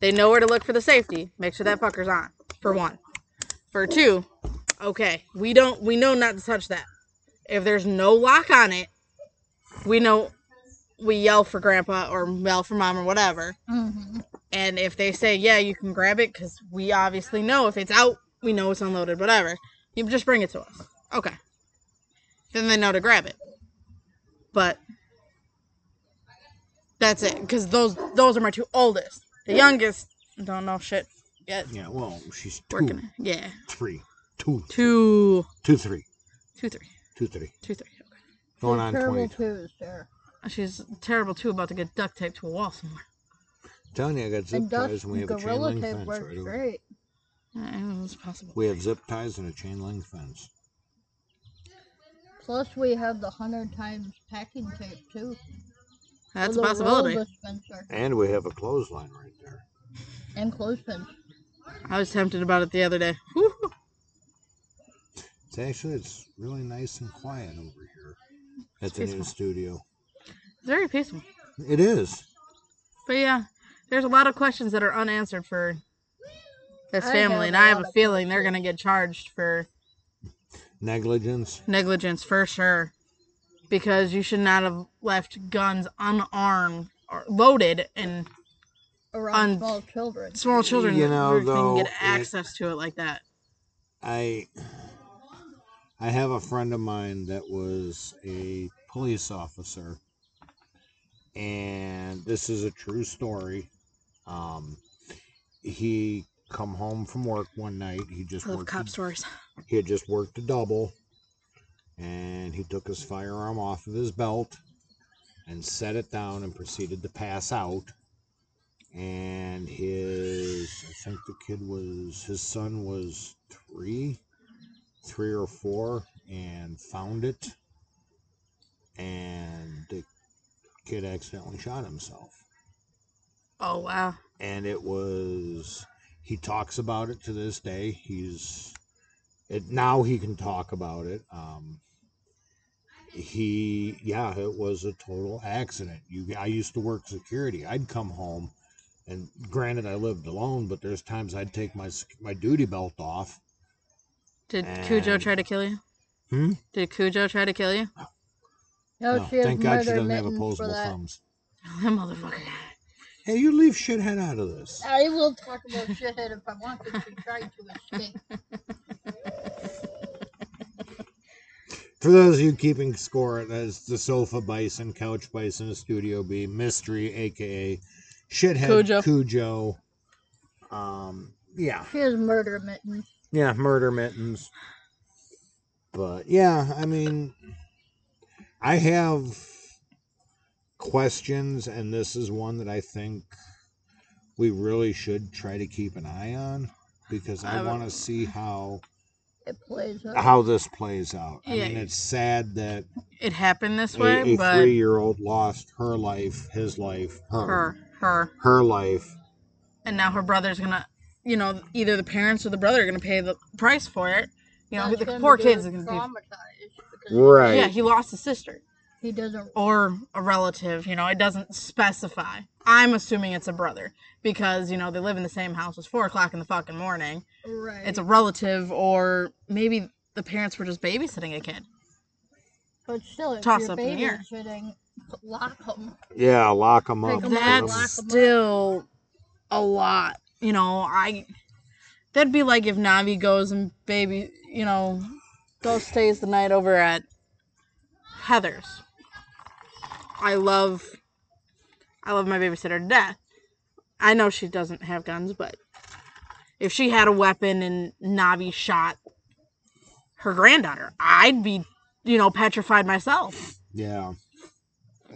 B: They know where to look for the safety. Make sure that fucker's on. For one, for two, okay, we don't we know not to touch that. If there's no lock on it, we know we yell for grandpa or yell for mom or whatever.
E: Mm-hmm.
B: And if they say yeah, you can grab it because we obviously know if it's out, we know it's unloaded, whatever. You just bring it to us. Okay. Then they know to grab it. But that's it, because those those are my two oldest. The youngest don't know shit yet.
C: Yeah, well, she's two,
B: Working. Yeah.
C: three, two,
B: Two,
C: two, three,
B: two, three,
C: two, three.
B: two, three. Okay.
C: Going on
E: terrible
C: 22.
E: twos there.
B: She's terrible too, about to get duct taped to a wall somewhere.
C: Telling you, I got zip
E: And
C: ties
E: thus,
C: and we have a chain
E: gorilla
C: link
E: tape
C: fence.
E: works
C: Right over.
E: great.
B: Uh, It's possible.
C: We have zip ties and a chain link fence.
E: Plus, we have the hundred times packing tape too.
B: That's a
E: With roll
B: possibility.
E: dispenser
C: And we have a clothesline right there.
E: and clothespins.
B: I was tempted about it the other day. Whew.
C: It's actually it's really nice and quiet over here at the new
B: peaceful.
C: studio.
B: It's very peaceful.
C: It is.
B: But yeah, there's a lot of questions that are unanswered for this
E: I
B: family,
E: have
B: and
E: a
B: I have
E: lot
B: a
E: of
B: feeling they're gonna get charged for
C: Negligence.
B: negligence for sure, because you should not have left guns unarmed or loaded, and
E: around
B: On-
E: small children.
B: small children
C: You know,
B: who can
C: though,
B: get
C: it-
B: access to it like that.
C: I I have a friend of mine that was a police officer, and this is a true story. Um, he come home from work one night. He just
B: I love
C: worked
B: cop stories.
C: he had just worked a double and he took his firearm off of his belt and set it down and proceeded to pass out and his i think the kid was his son was three three or four and found it and the kid accidentally shot himself
B: Oh wow,
C: and it was he talks about it to this day he's it now he can talk about it um he yeah it was a total accident you i used to work security i'd come home and granted i lived alone but there's times i'd take my sec- my duty belt off
B: did Cujo
C: And-
B: try to kill you?
C: Hmm?
B: Did Cujo try to kill you? (laughs)
E: No,
C: No,
E: Oh, she has
C: Oh, thank god she
E: murder
C: doesn't have
E: mittens for
C: opposable
E: that.
C: thumbs
B: That motherfucker.
C: hey you leave shithead out of this
E: I will talk about shithead if I want to. She tried to escape.
C: For those of you keeping score, that's the sofa bison, couch bison, studio B, mystery, aka shithead
B: Cujo.
C: Cujo. Um, yeah,
E: She has murder mittens.
C: yeah, murder mittens. But yeah, I mean, I have questions, and this is one that I think we really should try to keep an eye on because I,
B: I would-
C: want to see how
E: It plays out.
C: how this plays out. I
B: Yeah.
C: mean, it's sad that
B: It happened this way,
C: a, a
B: but
C: three-year-old lost her life, his life, her,
B: her, her,
C: her life.
B: and now her brother's gonna, you know, either the parents or the brother are gonna pay the price for it. You know,
E: That's
B: the
E: him
B: poor
E: being
B: kids is gonna be.
E: traumatized because
C: Right.
B: Yeah, he lost his sister
E: he doesn't.
B: or a relative. You know, it doesn't specify. I'm assuming it's a brother because you know they live in the same house. It's four o'clock in the fucking morning.
E: Right.
B: It's a relative, or maybe the parents were just babysitting a kid.
E: but still, if
B: toss
E: you're
B: up in the air.
E: babysitting, lock him.
C: Yeah, lock him up.
E: Pick 'em up,
C: Put 'em-
E: lock
B: that's still a lot. You know, I that'd be like if Navi goes and baby, you know, goes stays the night over at Heather's. I love, I love my babysitter to death. I know she doesn't have guns, but if she had a weapon and Navi shot her granddaughter, I'd be, you know, petrified myself.
C: yeah.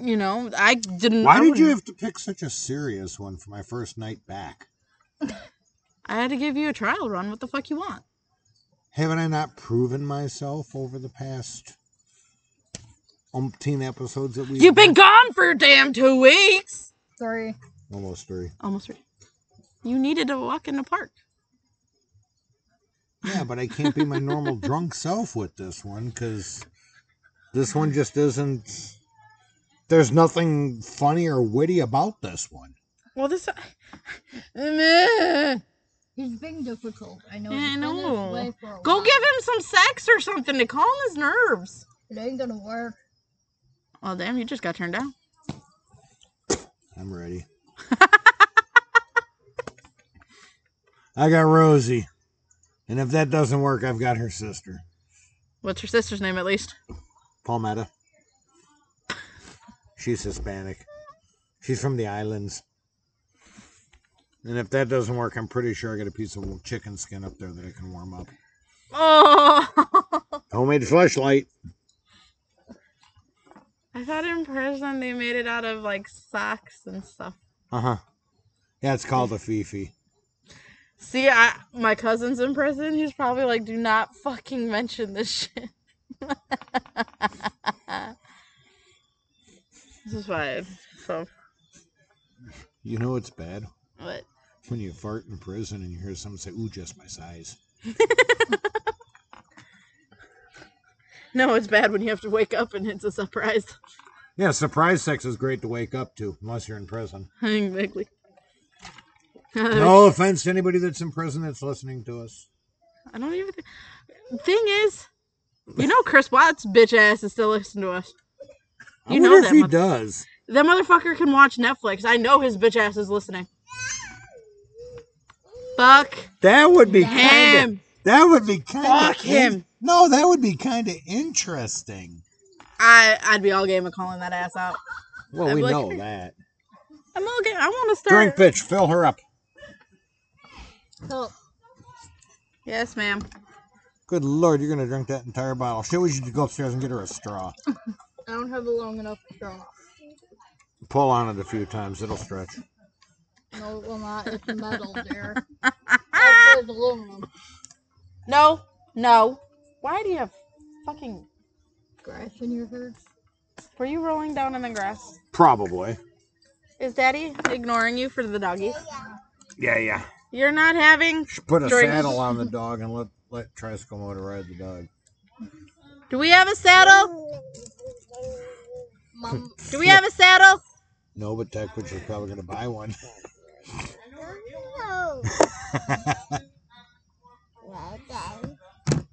B: You know, I didn't.
C: Why
B: Mm, I
C: did you
B: wouldn't-
C: have to pick such a serious one for my first night back?
B: I had to give you a trial run. What the fuck you want?
C: Haven't I not proven myself over the past umpteen episodes that we've
B: You've been gone for damn two weeks.
E: Sorry.
C: almost three?
B: Almost three. You needed to walk in the park.
C: Yeah, but I can't be
B: (laughs)
C: my normal drunk self with this one because this one just isn't. There's nothing funny or witty about this one.
B: Well, (laughs) this. Meh.
E: He's being difficult. I know.
B: Yeah,
E: He's
B: I
E: been this
B: know.
E: way for a
B: Go
E: while.
B: give him some sex or something to calm his nerves.
E: It ain't gonna work.
B: Oh damn! You just got turned down.
C: I'm ready. I got Rosie. And if that doesn't work, I've got her sister,
B: What's your sister's name, at least?
C: Palmetta. She's Hispanic. She's from the islands. And if that doesn't work, I'm pretty sure I got a piece of chicken skin up there that I can warm up.
B: Oh, (laughs)
C: Homemade flashlight.
B: I thought in prison they made it out of like socks and stuff.
C: Uh huh. Yeah, it's called a Fifi.
B: See, I my cousin's in prison. He's probably like, "Do not fucking mention this shit." (laughs) this is why. So,
C: You know it's bad
B: but
C: when you fart in prison and you hear someone say, "Ooh, just my size."
B: no, it's bad when you have to wake up and it's a surprise. (laughs)
C: Yeah, surprise sex is great to wake up to, unless you're in prison.
B: (laughs) exactly.
C: No offense to anybody that's in prison that's listening to us.
B: I don't even. Th- Thing is, you know, Chris Watts' bitch ass is still listening to us.
C: I
B: You know
C: wonder if
B: that
C: he
B: mother-
C: does.
B: That motherfucker can watch Netflix. I know his bitch ass is listening. Fuck
C: That would be kind of.
B: him.
C: That would be kind
B: Fuck
C: of.
B: him.
C: No, that would be kind of interesting.
B: I I'd be all game of calling that ass out.
C: Well,
B: I'd
C: we
B: be like,
C: know
B: "Hey,
C: that.
B: I'm all game. I want to start.
C: Drink, bitch. Fill her up.
E: So
B: Yes, ma'am.
C: Good lord, you're gonna drink that entire bottle. Shit, we should go upstairs and get her a straw.
E: I don't have a long enough straw.
C: Pull on it a few times. It'll stretch.
E: No, it will not. It's metal,
B: (laughs)
E: dear. Actually, it's aluminum.
B: Ah, No, no. Why do you have fucking?
E: Grass in your hair.
B: Were you rolling down in the grass?
C: Probably.
B: Is Daddy ignoring you for the doggies?
C: Yeah, yeah.
B: You're not having.
C: Should put a
B: Drink.
C: saddle on the dog and let let tricycle motor ride the dog.
B: Do we have a saddle?
E: Mom,
B: Do we have a saddle?
C: No, but Tech, which is probably gonna buy one. (laughs)
E: (laughs)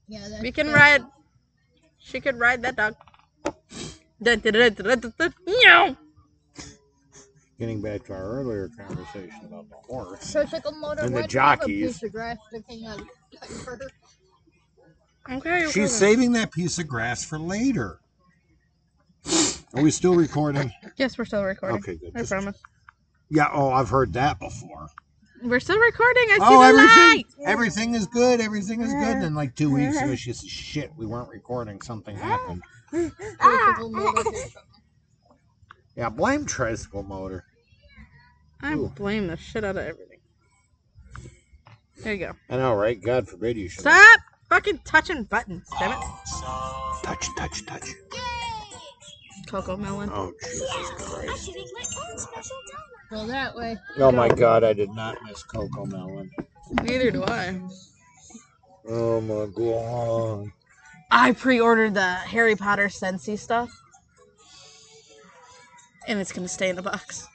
E: yeah, that's
B: We can
E: fair.
B: ride. She could ride that dog. Dun, dun, dun, dun, dun, dun, meow.
C: Getting back to our earlier conversation about the horse.
E: Tricycle motor.
C: And the
E: why do you have a
C: jockeys.
E: piece of grass sticking out of the diaper?
B: Okay. okay.
C: She's saving that piece of grass for later. Are we still recording?
B: Yes, we're still recording.
C: Okay, good.
B: I
C: Just-
B: promise.
C: Yeah, oh, I've heard that before.
B: We're still recording. I see
C: oh,
B: the
C: everything,
B: light.
C: everything is good. Everything is good. And then, like, two weeks ago, she says, shit, we weren't recording. Something happened.
E: Tricycle motor.
C: Yeah, blame tricycle motor.
B: I
C: Ooh.
B: blame the shit out of everything. There you go.
C: I know, right? God forbid you should.
B: Stop fucking touching buttons, damn it.
C: Touch, touch, touch.
G: Yay!
B: Coco melon.
C: Oh, Jesus
G: I
C: Christ.
G: should make my own special timer.
E: Go that way.
C: Oh, my God, I did not miss Coco Melon.
B: Neither do I.
C: Oh, my God.
B: I pre-ordered the Harry Potter Sensi stuff, and it's gonna stay in the box.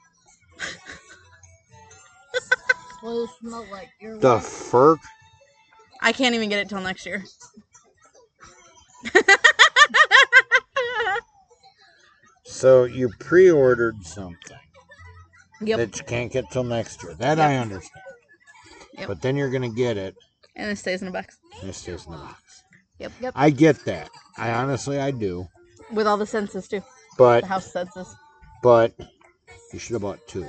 E: Well, it smell like your
C: The furk?
B: I can't even get it till next year. (laughs)
C: So you pre ordered something
B: yep,
C: that you can't get till next year. That I understand.
B: Yep.
C: But then you're going to get it.
B: and it stays in the box.
C: This is not.
B: Yep, yep.
C: I get that. I honestly, I do.
B: With all the senses too,
C: But
B: the house senses.
C: But you should have bought two.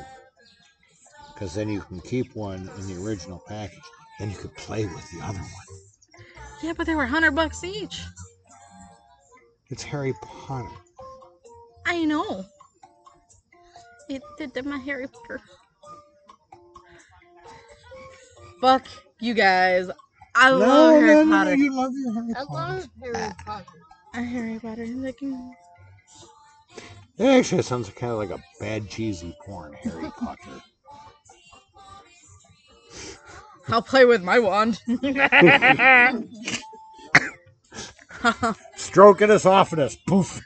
C: Because then you can keep one in the original package. Then you could play with the other one.
B: Yeah, but they were hundred bucks each.
C: It's Harry Potter.
B: I know. It did to my Harry Potter. Fuck you guys. I love Harry Potter.
C: you love your Harry
E: I
C: Potter.
E: love Harry Potter.
B: I Harry Potter. Like, mm.
C: It actually sounds kind of like a bad cheesy porn,
B: (laughs)
C: Harry Potter.
B: I'll play with my wand.
C: Stroking us off at us. Poof.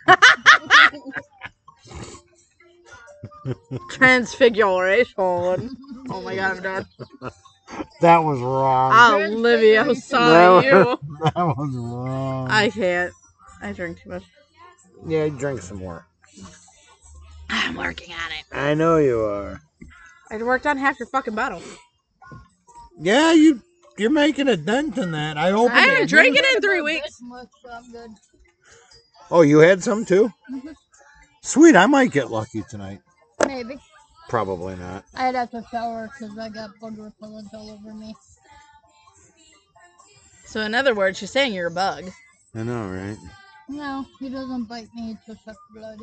B: Transfiguration. Oh my god, I'm done. Ah,
C: That was wrong.
B: Olivia, I'm sorry you.
C: that (laughs) was wrong.
B: (laughs) I can't. I drink too much.
C: Yeah, drink some more.
B: I'm working on it.
C: I know you are.
B: I worked on half your fucking bottle.
C: Yeah, you you're making a dent in that. I opened
B: I haven't
C: Oh, it.
B: drank it in three weeks.
E: Much, so I'm good.
C: Oh, you had some too?
B: Mm-hmm.
C: Sweet, I might get lucky tonight.
E: Maybe.
C: Probably not.
E: I'd have to shower because I got bug repellent all over me.
B: So in other words, she's saying you're a bug.
C: I know, right?
E: No, he doesn't bite me. He just sucks blood.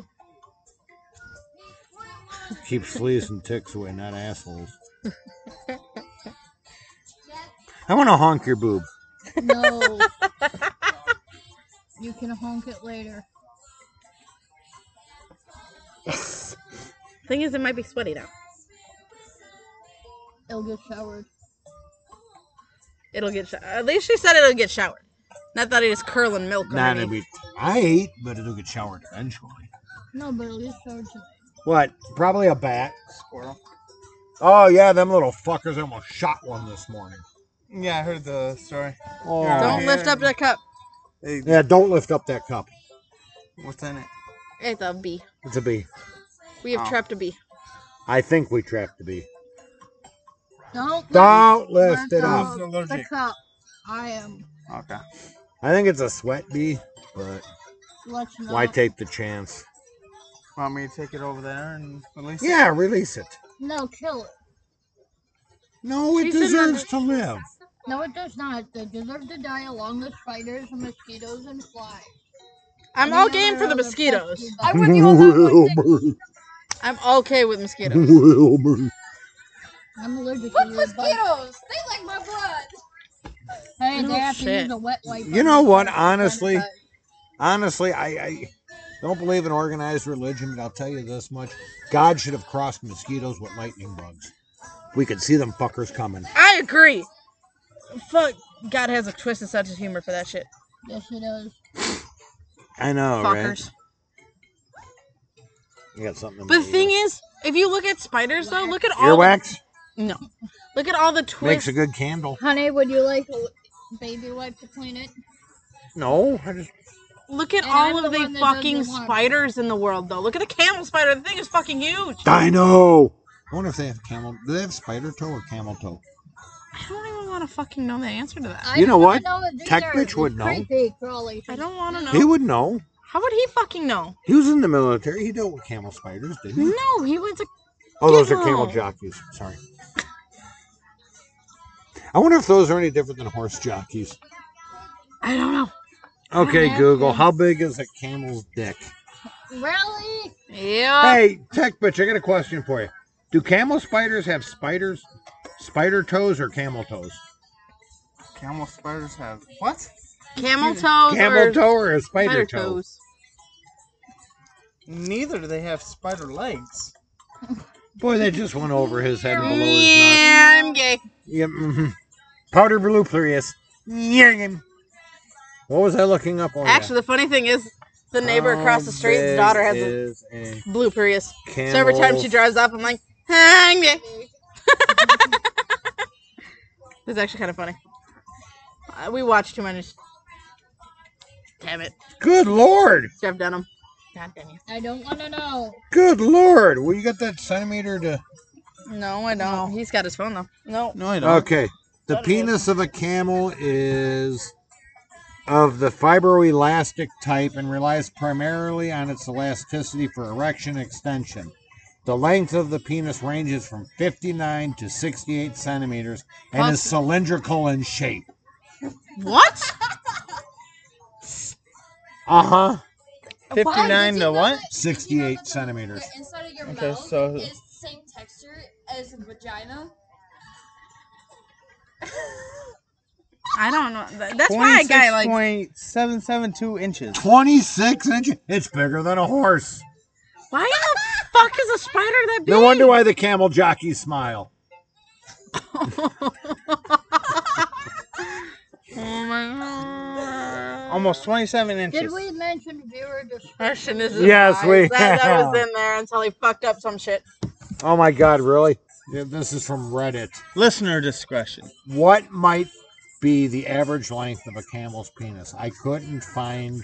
C: Keep fleas and ticks away, not
B: (laughs)
C: assholes. I want to honk your boob. (laughs)
E: No. you can honk it later.
B: Thing is, it might be sweaty now.
E: It'll get showered.
B: It'll get. Sh- at least she said it'll get showered. Not that it is curling milk.
C: Not
B: already.
C: every. I ate, but it'll get showered eventually.
E: No, but it'll get showered tonight.
C: What? Probably a bat. Squirrel. Oh yeah, them little fuckers almost shot one this morning.
D: Yeah, I heard the story.
C: Oh.
D: Yeah.
B: Don't lift up that cup.
D: Hey,
C: Yeah, don't lift up that cup.
D: what's in it?
B: It's a bee.
C: It's a bee.
B: We have
D: Oh.
B: trapped a bee.
C: I think we trapped the bee.
E: Don't
C: Don't lift
B: Oh,
C: it
E: Wow.
D: Who's
C: up.
E: the
D: allergic?
E: cup. I am.
D: Okay.
C: I think it's a sweat bee, but
E: Let's not.
C: why take the chance?
D: Want me to take it over there and release it?
C: Yeah, release it.
E: no, kill it.
C: No, it
B: She's in the-
C: deserves to live.
E: No, it does not. They deserve to die along with spiders and mosquitoes and flies.
B: I'm all game for the mosquitoes.
G: I with you on that
C: (laughs)
G: one thing.
B: I'm okay with (laughs) mosquitoes.
F: Wilbur.
E: I'm allergic
G: Fuck
E: to your bite.
G: mosquitoes! They like my blood!
E: Hey,
B: Oh,
E: they have to
B: shit.
E: use a wet wipe.
C: You
E: on
C: know
E: these
C: what,
E: mosquitoes,
C: honestly?
E: but
C: Honestly, I, I don't believe in organized religion, but I'll tell you this much. God should have crossed mosquitoes with lightning bugs. We could see them fuckers coming.
B: I agree. Fuck, God has a twisted sense of humor for that shit.
E: Yes, it is.
C: I know,
B: Fuckers.
C: You got something in
B: But the
C: my
B: thing
C: ear.
B: is, if you look at spiders though, look at all
C: Earwax
B: The, no, look at all the twists.
C: makes a good candle.
E: Honey, would you like a baby wipe to clean it?
C: No, I just
B: look at
E: And
B: all of
E: I'm the
B: the
E: one that
B: fucking
E: doesn't want it.
B: spiders in the world though. Look at the camel spider. The thing is fucking huge.
C: Dino. I wonder if they have camel. Do they have spider toe or camel toe?
B: I don't even want to fucking know the answer to that.
E: I
C: You know
E: don't
C: what?
E: Know what these
C: Tech
E: are.
C: bitch
E: These
C: would know.
E: Creepy crawly.
B: I don't want to know.
C: He would know.
B: How would he fucking know?
C: He was in the military. He dealt with camel spiders, didn't he?
B: No, he went to.
C: Oh, those are camel
B: Giggle.
C: jockeys. Sorry. I wonder if those are any different than horse jockeys.
B: I don't know.
C: Okay,
E: Yeah.
C: Google, how big is a camel's dick?
E: Really?
B: Yeah.
C: Hey, tech bitch, I got a question for you. Do camel spiders have spiders, spider toes, or camel toes?
D: Camel spiders have what?
B: Camel toes.
C: Camel
B: or
C: toe or a spider,
B: spider
C: toe?
B: toes.
D: Neither do they have spider legs.
C: Boy, that just went over his head and below his nose.
B: Yeah, I'm gay.
C: Yeah, mhm. Powder blue, please. Yeah. What was I looking up Oh, on?
B: Actually, the funny thing is, the neighbor across the street's daughter has a
C: a
B: blue Prius.
C: Oh, camel.
B: So every time she drives up, I'm like, hang (laughs) me. it's actually kind of funny. Uh, we watched too much. Damn it,
C: Good lord!
B: Jeff Dunham. God damn you.
E: I don't want to know.
C: Good lord! Well, you got that centimeter to.
B: No, I don't. He's got his phone though. No.
D: No, I don't.
C: Okay. The penis of a camel is of the fibroelastic type and relies primarily on its elasticity for erection extension. The length of the penis ranges from 59 to 68 centimeters and is cylindrical in shape.
B: What?
C: Uh huh.
D: 59
G: Did
D: to
G: you know
D: what?
G: that- did you
C: 68
G: know that the-
C: centimeters.
G: The inside of your
D: Okay,
G: mouth
D: so-
G: is the same texture as a vagina.
B: I don't know. Th- That's why a guy like
D: 26.772 inches.
C: 26 inches. It's bigger than a horse.
B: why the fuck is a spider that big?
C: No wonder why the camel jockeys smile.
B: Oh my god.
D: Almost 27 inches.
E: Did we mention
C: Oh
E: viewer description?
B: Question is
C: Yes,
B: size.
C: we
B: that, that was
C: have.
B: in there until he fucked up some shit.
C: Oh my god, really? Yeah, this is from Reddit.
D: Listener discretion.
C: what might be the average length of a camel's penis? I couldn't find.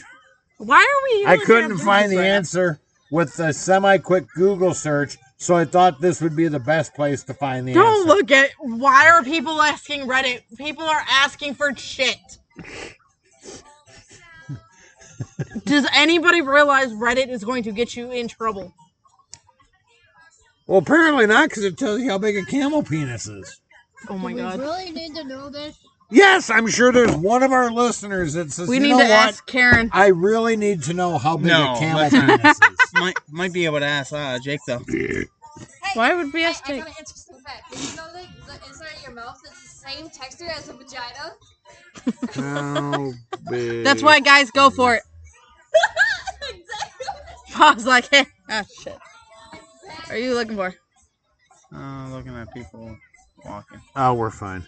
B: Why are we?
C: I
B: looking
C: couldn't
B: up
C: find the
B: Britney Spears?
C: answer with a semi-quick Google search, so I thought this would be the best place to find the
B: Don't
C: answer.
B: look at. Why are people asking Reddit? People are asking for shit. Does anybody realize Reddit is going to get you in trouble?
C: Well, apparently not, because it tells you how big a camel penis is.
B: Oh my
E: Do we
B: god.
E: really need to know this?
C: Yes, I'm sure there's one of our listeners that says,
B: We
C: "You
B: need
C: know
B: to
C: what?
B: ask Karen.
C: I really need to know how big
D: No,
C: a camel
D: let's not.
C: penis is."
D: might might be able to ask uh, Jake though.
G: Hey,
B: Why would we
G: hey,
B: ask
G: I
B: Jake?
G: got an interesting fact. Did you know that the inside of your mouth is the same texture as a vagina? (laughs)
C: How big?
B: That's why guys go for it. (laughs)
G: exactly.
B: Paul's like, (laughs) hey, ah, shit. Are you looking for?
D: Uh, looking at people walking.
C: (laughs) Oh, we're fine.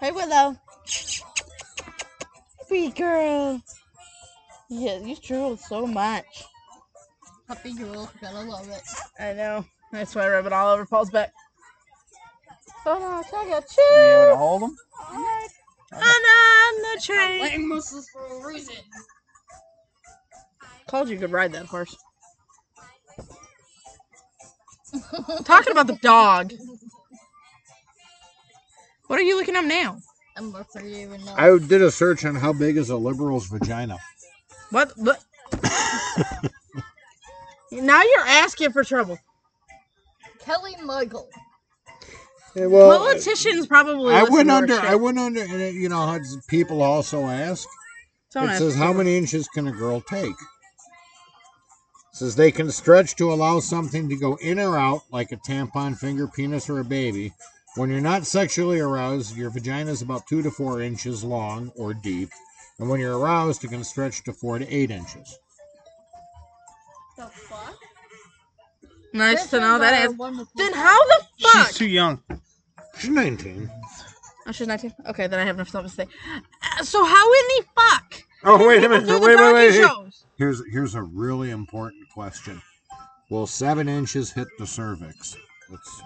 B: Hey Willow. Sweet girl. Yeah, you drool so much.
E: Puppy jewels, gotta love it.
B: I know. That's why I rub it all over Paul's back. Oh no, I got
D: Be
B: you.
D: able to hold them?
B: And on the train.
G: Leg muscles for a reason.
B: Told you could ride that horse. (laughs) Talking about the dog. What are you looking up now?
E: I'm afraid you even know.
C: I did a search on how big is a liberal's vagina.
B: What?
C: (laughs)
B: What? now you're asking for trouble.
E: Kelly Michael.
C: Yeah, Well,
B: Politicians probably.
C: I
B: listen
C: went
B: to our
C: under.
B: shit.
C: I went under. And it, you know, how it's- people also ask.
B: Don't
C: it
B: ask.
C: says, "How many inches can a girl take?" It says they can stretch to allow something to go in or out, like a tampon, finger, penis, or a baby. When you're not sexually aroused, your vagina is about two to four inches long or deep, and when you're aroused, it can stretch to four to eight inches.
G: The fuck?
B: nice
E: This
B: to know
E: is
B: that
E: our
B: is.
E: wonderful-
B: Then how the fuck?
D: She's too young.
C: She's nineteen.
B: Oh, she's 19? Okay, then I have nothing else to say. Uh, so how in the fuck?
C: Oh wait a
B: People do
C: minute!
B: the
C: Wait, wait,
B: donkey
C: wait!
B: shows.
C: Here's here's a really important question. Will seven inches hit the cervix? Let's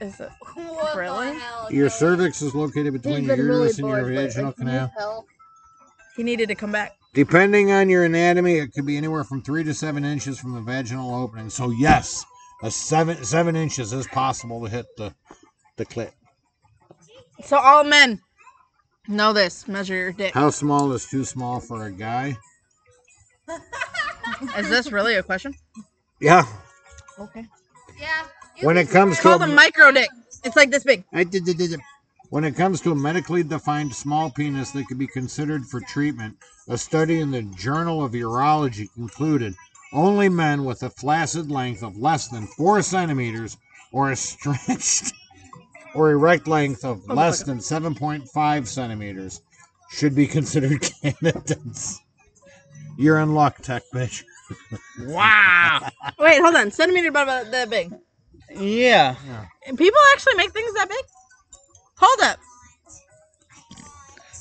B: Is it?
G: What
B: Really?
G: the hell?
C: Your
G: Joey?
C: cervix is located between
E: He's
C: your
E: been really
C: uterus and your
E: bored lately.
C: vaginal
E: Can you (laughs)
C: canal.
E: tell?
B: He needed to come back.
C: Depending on your anatomy, it could be anywhere from three to seven inches from the vaginal opening. So yes, a seven seven inches is possible to hit the the clit.
B: So all men know this. Measure your dick.
C: How small is too small for a guy?
B: Is this really a question?
C: Yeah.
B: Okay.
G: Yeah. you
C: When
G: can
C: it comes
G: try
C: to
B: Call them micro dick. It's like this big.
C: I did, did, did, did. When it comes to a medically defined small penis that could be considered for treatment, a study in the Journal of Urology concluded only men with a flaccid length of less than four centimeters or a (laughs) stretched or erect length of less than 7.5 centimeters should be considered (laughs) candidates. You're in luck, Tech Bitch.
D: Wow.
B: Wait, hold on. Centimeter about about that big.
D: yeah.
B: And People actually make things that big? Hold up.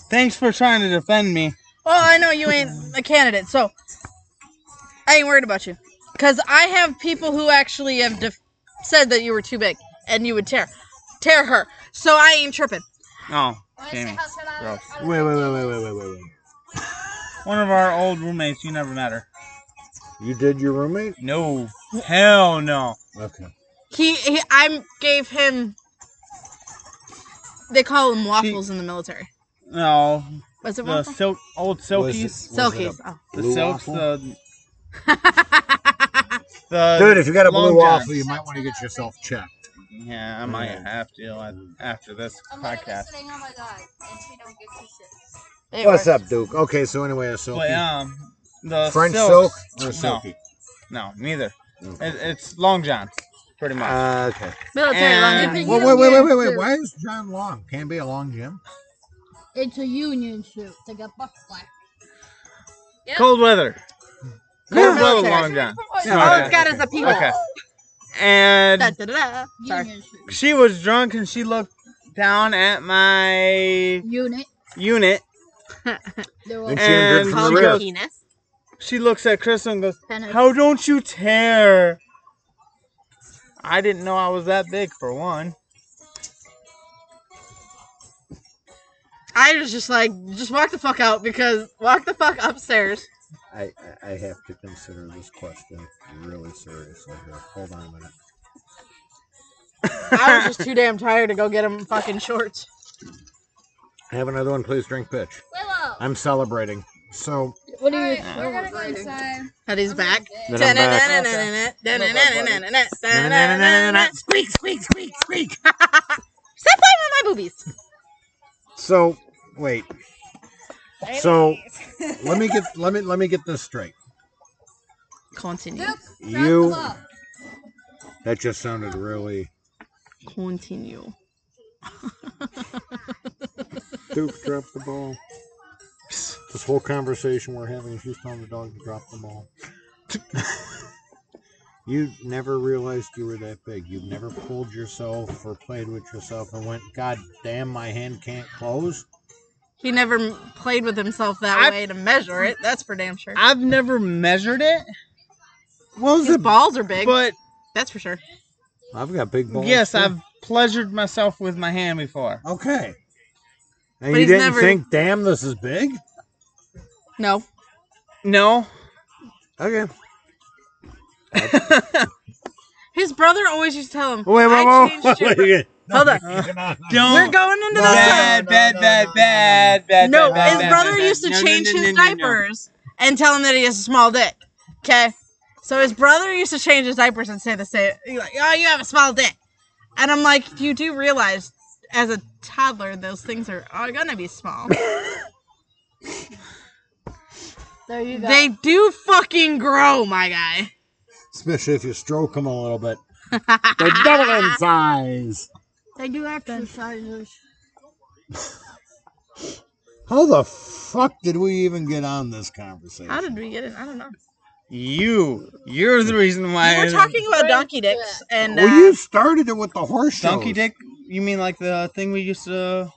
D: Thanks for trying to defend me.
B: Well, I know you ain't a candidate, so I ain't worried about you. Because I have people who actually have def- said that you were too big and you would tear tear her. So I ain't tripping.
D: Oh,
G: Honestly,
D: damn it.
G: how could I-
D: Gross.
G: I don't
C: Wait,
G: know.
C: wait, wait, wait, wait, wait, wait, wait.
D: One of our old roommates, you never met her.
C: You did your roommate?
D: No. Hell no.
C: Okay.
B: He, he I gave him. They call them waffles in the military.
D: No.
B: Was it
D: The
B: waffle?
D: silk, old
C: Was it-
D: silkies.
B: Silkies.
C: was it a
D: (laughs)
B: Oh.
D: The uh,
C: blue
D: silks,
C: waffle?
D: the,
B: I
D: the.
C: Dude, if you got a
D: long
C: blue waffle,
D: johns.
C: you might want to get yourself checked.
D: Yeah, I might
C: Yeah.
D: have to uh, after this
G: I'm literally
D: podcast.
G: sitting on my dog, and she don't give two shits.
B: It
C: What's
B: works.
C: up, Duke? Okay, so anyway, a silky.
D: But, um, the
C: French silk
D: silks,
C: or a
D: No,
C: silky? Mm.
D: no, neither.
C: Okay.
D: It, it's long johns, pretty much.
C: Uh, okay.
B: Military
D: And-
B: long
E: But
B: johns.
E: you
C: Well, wait,
E: don't
C: wait,
E: wear
C: wait, wait, wait.
E: suit.
C: Why is John long? Can't be a long
E: (laughs)
C: Jim.
E: It's a union suit. They got buck flag.
G: Yep.
D: Cold weather.
B: Yeah.
D: Cold weather
B: Military.
D: long john. (laughs)
B: All
D: Okay.
B: it's got is a people.
D: Okay. And
B: Da, da, da, da. Sorry.
E: Union suit.
D: she was drunk and she looked down at my
E: Unit.
D: unit.
E: They were
C: Think she
D: And
C: good from
D: Called
C: the
D: her
C: rear.
B: penis.
D: She looks at Crystal and goes,
E: Penis.
D: How don't you tear? I didn't know I was that big for one.
B: I was just like, just walk the fuck out because walk the fuck upstairs.
C: I, I I have to consider this question really seriously here. Hold on a minute.
B: I was just too damn tired to go get him fucking shorts.
C: Have another one, please. Drink pitch.
G: Willow.
C: I'm celebrating. So
E: What are you?
G: Alright, we're gonna go inside.
B: That he's
G: I'm
B: back.
G: gonna
C: Then I'm back.
B: Stop
C: squeak, squeak, squeak, squeak.
B: playing with my boobies.
C: So wait.
G: get-
C: So let me get
E: (laughs)
C: let me let me get this straight.
B: Continue.
G: Duke, wrap them
C: You
G: up.
C: that just sounded really
B: Continue.
C: Duke dropped the ball. This whole conversation we're having, she's telling the dog to drop the ball. you never realized you were that big. You've never pulled yourself or played with yourself and went, God damn, my hand can't close.
B: He never m- played with himself that
D: I-
B: way to measure it. That's for damn sure.
D: I've never measured it,
C: Well,
B: His balls are big.
D: but
B: That's for sure.
C: I've got big balls.
D: yes,
C: too.
D: I've pleasured myself with my hand before.
C: Okay. And
B: But
C: you
B: he's
C: didn't
B: never-
C: think, damn, this is big?
B: No.
D: No,
C: Okay.
B: His brother always used to tell him.
C: Wait, wait,
B: I
C: wait.
B: changed
C: (laughs) wait,
B: your-
C: wait, wait.
B: (laughs)
C: No,
B: Hold on.
C: keep it on.
D: don't.
B: We're going into the
D: bad,
C: No, no,
D: bad, bad,
C: no, no, no,
D: bad, bad,
B: No,
D: bad,
B: his
D: bad,
B: brother
D: bad, bad.
B: used to
D: No, no,
B: change
D: no,
B: his
D: no, no, no.
B: diapers and tell him that he has a small dick. Okay, so his brother used to change his diapers and say the same. He's like, "Oh, you have a small dick," and I'm like, "You do realize, as a toddler, those things are are gonna be
D: (laughs)
B: small.
E: There you go.
B: they do fucking grow, my guy.
C: (laughs) Especially if you stroke them a
B: (laughs)
C: little bit. They're double in size.
E: they do exercises.
C: How the fuck did we even get on this conversation?
B: How did we get in? I don't know.
D: You, you're the reason why.
B: We're talking about donkey dicks and
C: Well,
B: uh,
C: you started it with the horse shows.
D: donkey dick. You mean like the thing we used to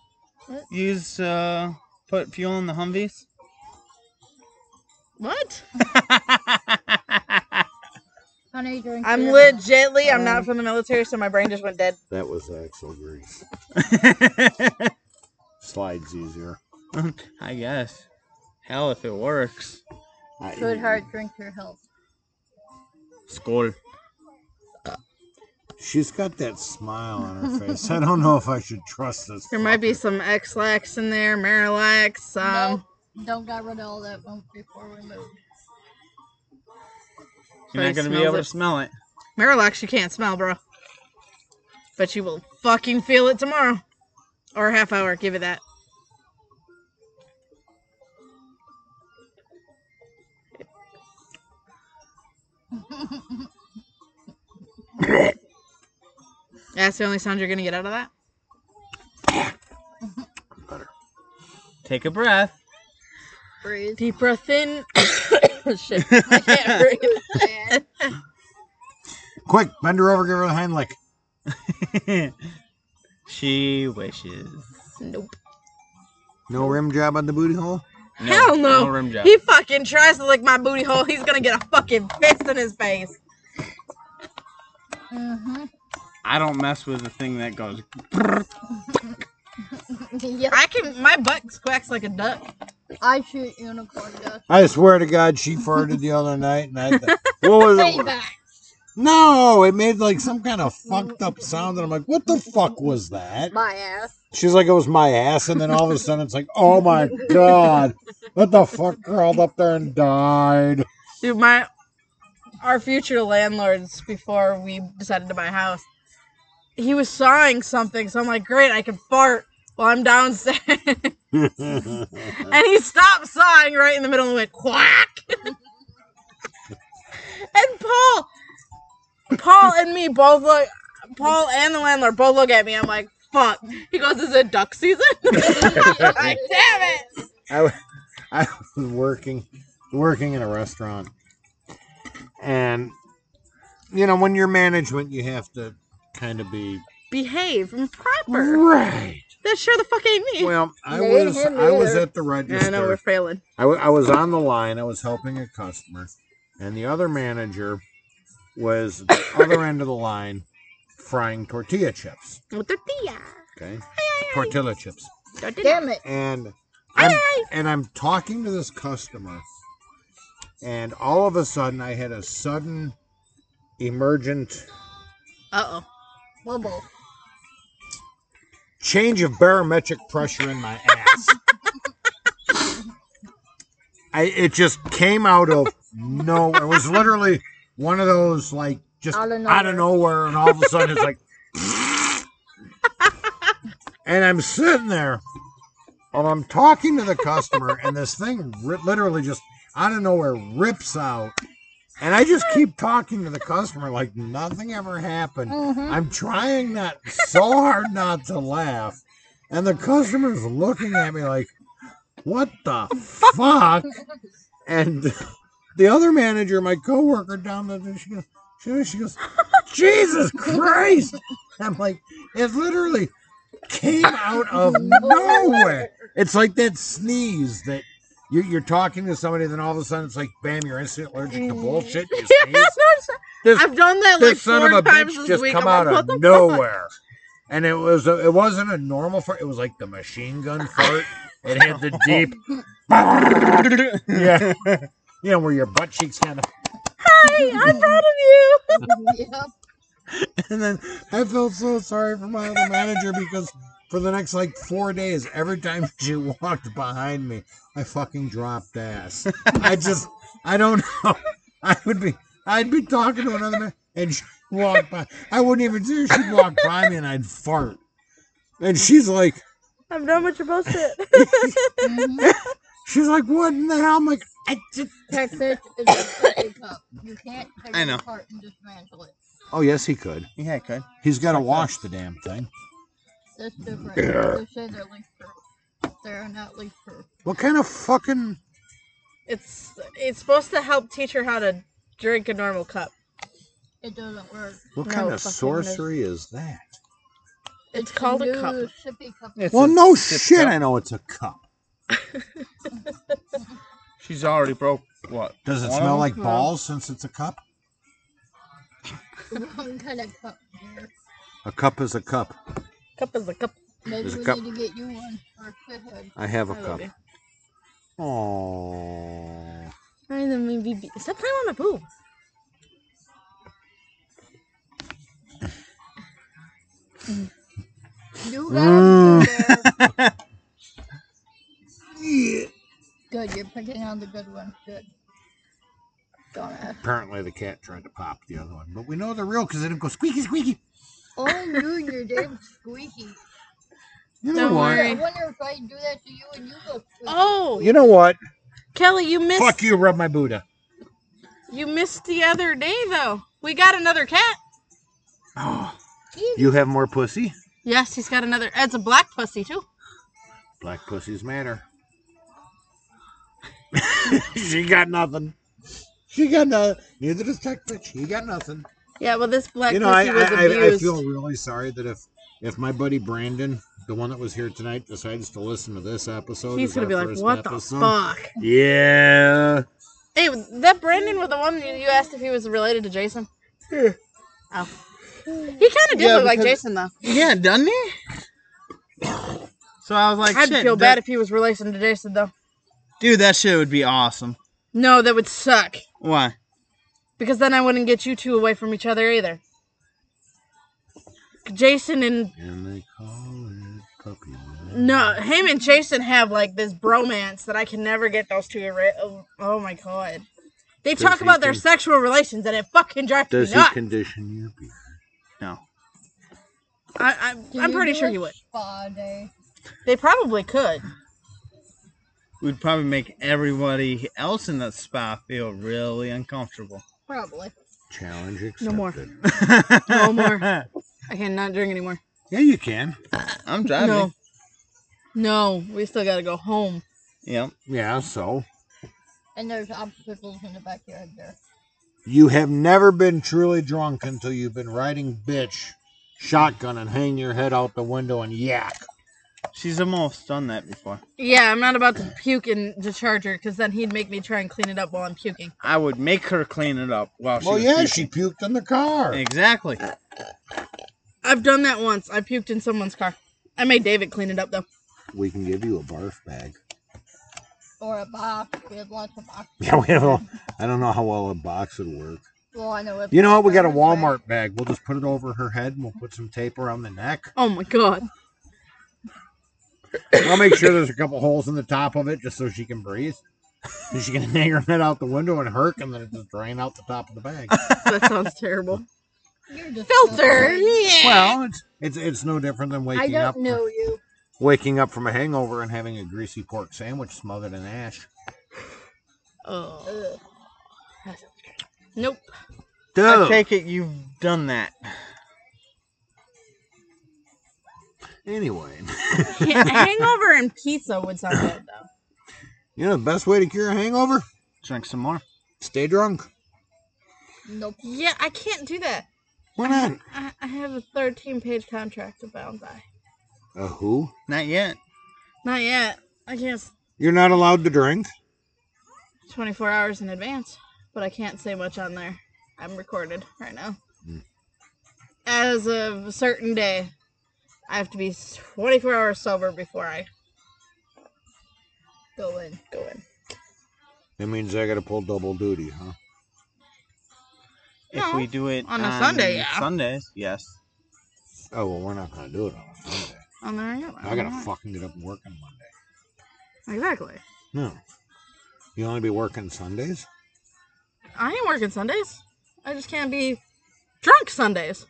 D: use to uh, put fuel in the Humvees? (laughs)
B: what?
E: Honey, drink.
B: I'm
E: your-
B: legitly. I'm not from the military, so my brain just went dead.
C: That was Axel Grease. Slides easier.
D: I guess. Hell, if it works.
C: I-
E: Sweetheart, drink your health.
D: Skull.
C: She's got that smile on her face. I don't know if I should trust this.
B: There might be
C: fucker.
B: some X-Lax in there, Marilax. Um,
E: Nope, don't got rid of all that one before we move.
D: You're
B: Sorry,
D: not gonna be
B: smells
D: able
B: it.
D: to smell it.
B: Marilax, you can't smell, bro. But you will fucking feel it tomorrow. or a half hour. Give it that. That's the only sound you're gonna get out of that.
D: Take a breath.
E: Breathe.
B: Deep breath in. Shit, (laughs) I can't breathe.
C: Quick, bend her over, give her a hind lick.
D: (laughs) she wishes.
B: Nope.
C: No rim job on the booty hole?
D: No,
B: Hell no.
D: No rim job.
B: He fucking tries to lick my booty hole. He's gonna get a fucking fist in his face.
E: Mm-hmm. (laughs)
D: I don't mess with the thing
B: (laughs)
D: that goes.
E: yep.
B: I can. My butt squacks like a duck.
E: I shoot unicorn dust.
C: I swear to God, she farted the other night, and I thought, what was
G: (laughs)
C: it?
E: Payback.
C: No, it made like some kind of fucked up sound, and I'm like, what the fuck was that?
E: My ass.
C: She's like, it was my ass, and then all of a sudden, it's like, oh my God, what the fuck crawled up there and died?
B: Dude, my our future landlords before we decided to buy a house, he was sawing something. So I'm like, great, I can fart while I'm downstairs. (laughs) and he stopped sawing right in the middle and went quack. (laughs) and Paul, Paul and me both look. Paul and the landlord both look at me. I'm like, fuck. He goes, is it duck season? (laughs) I'm like, damn it.
C: I, w- I was working working in a restaurant and you know when you're management you have to kind of be
B: Behave and
C: (laughs)
B: proper.
C: right
B: That sure the fuck ain't me.
C: well i
E: Made
C: was
E: him
C: i was
E: either.
C: at the register
B: I know we're failing.
C: I, w- I was on the line. I was helping a customer, and the other manager was at the other end of the line frying tortilla chips.
B: Tortilla.
C: Okay, tortilla chips.
E: Damn it.
C: And I'm and I'm talking to this customer, and all of a sudden I had a sudden emergent
B: Uh oh.
E: Bubble. (laughs)
C: change of barometric pressure in my ass. I it just came out of no. It was literally one of those like just out
E: Out
C: of
E: of
C: nowhere, and all of a sudden it's like, and I'm sitting there, and I'm talking to the customer, and this thing ri- literally just out of nowhere rips out. And I just keep talking to the customer like nothing ever happened.
E: Mhm.
C: I'm trying not so hard not to laugh. And the customer's looking at me like, what the fuck? And the other manager, my coworker down the she goes, she goes, she goes Jesus Christ. I'm like, it literally came out of nowhere. It's like that sneeze that you, you're talking to somebody, then all of a sudden it's like, bam, you're instantly allergic to bullshit. You
B: Yeah,
C: sneeze. This,
B: I've done that like
C: this son
B: four
C: of a
B: times
C: bitch
B: this
C: just
B: week.
C: come
B: I'm
C: out
B: like,
C: of
B: what the fuck?
C: nowhere. And it was a, it wasn't a normal fart. It was like the machine gun fart. It
B: (laughs)
C: had
B: Oh.
C: the deep, (laughs) yeah, you know, where your butt cheeks kind of.
B: Hey, I'm proud of
C: (laughs)
B: you.
E: yep.
C: And then I felt so sorry for my other manager because for the next like four days, every time (laughs) she walked behind me, I fucking dropped ass. I just, I don't know. I would be, I'd be talking to another man and she'd walk by. I wouldn't even see her. She'd walk by me and I'd fart. And she's like,
B: I've done what you're supposed
C: (laughs)
B: to.
C: she's like, what in the hell? I'm like, I just.
E: Texas is a coffee cup. You can't take
D: I know.
E: it apart and dismantle it.
C: Oh, yes, he could.
D: Yeah, I could.
C: He's got to wash the damn thing.
E: That's different. They say they're leak proof. They're not leak proof.
C: What kind of fucking.
B: (laughs) it's it's supposed to help teach her how to drink a normal cup.
E: It doesn't work.
C: What
B: No,
C: kind
B: fucking
C: of
B: no.
C: sorcery is that?
B: It's,
E: a
B: called
E: new
B: a cup.
E: Sippy cup. (laughs)
D: It's
C: Well,
D: a
C: no
D: sip
C: shit.
D: cup.
C: I know it's a cup.
D: She's already broke. What?
C: Does it
D: one of
C: smell
D: them?
C: like balls since it's a cup?
E: Wrong kind of cup. dear.
C: A cup is a cup.
B: Cup is a cup.
E: Maybe
C: There's a
E: we
C: cup.
E: need to get you one for a shithead.
C: I have a
B: I
C: cup.
B: love you.
C: Oh.
B: I didn't mean be- be- Stop playing with my boobs.
E: You got
C: Mm.
E: 'em, so they're- Good, you're picking on the good one. Good. Don't ask.
C: Apparently the cat tried to pop the other one, but we know they're real because they didn't go squeaky squeaky.
E: Oh, you, you're damn squeaky.
D: You
B: Don't
E: I
B: worry.
E: wonder if I do that to you and you go.
B: Oh,
C: You know what?
B: Kelly, you missed
C: Fuck you, rub my Buddha.
B: you missed the other day though. We got another cat.
C: You have more pussy.
B: Yes, he's got another. It's a black pussy too.
C: Black pussies matter. (laughs) she got nothing. She got nothing. Neither does Tech Bitch. He got nothing.
B: Yeah, well, this black
C: you know, I,
B: pussy was
C: I, I, I
B: abused.
C: feel really sorry that if if my buddy Brandon, the one that was here tonight, decides to listen to this episode,
B: He's
C: as
B: gonna
C: our
B: be like,
C: first
B: "What
C: episode-
B: the fuck?"
C: Yeah.
B: Hey, that Brandon was the one you you asked if he was related to Jason.
D: Yeah.
B: Oh, he kind of did
D: Yeah,
B: look like
D: because-
B: Jason though.
D: Yeah, doesn't he? So I was like,
B: I'd
D: shit,
B: feel
D: that-
B: bad if he was related to Jason though.
D: dude, that shit would be awesome.
B: No, that would suck
D: Why?
B: because then I wouldn't get you two away from each other either. Jason and
F: And they call it puppy love.
B: no, him and Jason have like this bromance that I can never get those two. Erra- oh, oh my god, they
C: Does
B: talk
C: he
B: about their
C: con-
B: sexual relations and it fucking drives me
C: Does
B: nuts.
C: he condition your beer?
D: No.
B: I, I, I'm pretty sure he would.
E: Spa day.
B: They probably could.
D: We'd probably make everybody else in that spa feel really uncomfortable.
E: Probably.
C: Challenge
B: No
C: accepted.
B: more.
D: no (laughs)
B: No more. I cannot drink anymore.
C: Yeah, you can.
D: I'm driving.
B: No. No, we still gotta go home.
D: Yep.
C: Yeah, so
E: And there's obstacles in the backyard there.
C: you have never been truly drunk until you've been riding bitch shotgun and hang your head out the window and yak.
D: She's almost done that before.
B: Yeah, I'm not about to puke in the charger because then he'd make me try and clean it up while I'm puking.
D: I would make her clean it up while she
C: well,
D: was
C: yeah,
D: puking.
C: she puked in the car.
D: Exactly.
B: I've done that once. I puked in someone's car. I made David clean it up though.
C: We can give you a barf bag.
E: Or a box. We have lots of boxes.
C: (laughs) Yeah, we have a. I don't know how well a box would work.
E: Well, I know. if-
C: You know what? We got a
E: Right away.
C: Walmart bag. We'll just put it over her head and we'll put some tape around the neck.
B: Oh my god.
C: I'll make sure there's a couple holes in the top of it just so she can breathe. (laughs) And she can hang her head out the window and herk and then it just drain out the top of the
E: (laughs)
C: bag.
B: That sounds terrible.
E: You're just
B: Filter! Yeah.
C: well, it's, it's it's no different than
E: I
C: waking up
E: don't know you.
C: waking up from a hangover and having a greasy pork sandwich smothered in ash.
B: Oh. Nope.
D: I
C: Dude.
D: take it you've done that.
C: Anyway, (laughs)
B: Yeah, Hangover and pizza would sound good though.
C: you know the best way to cure a hangover?
D: Drink some more.
C: Stay drunk.
E: Nope.
B: Yeah, I can't do that.
C: Why not?
B: I, I have a 13 page contract to bound by.
C: A who?
D: Not yet.
B: Not yet. I can't. s-
C: You're not allowed to drink.
B: 24 hours in advance, but I can't say much on there. I'm recorded right now.
C: Mm.
B: As of a certain day, I have to be 24 hours sober before I
E: Go in.
B: go in.
C: That means I gotta pull double duty, huh?
D: If we do it
B: On a Sunday, yeah.
D: Sundays, yes.
C: Oh well, we're not gonna do it on a Sunday.
B: On Oh, there I go.
C: I gotta fucking get up and work on Monday.
B: Exactly.
C: No, you only be working Sundays.
B: I ain't working Sundays. I just can't be drunk Sundays.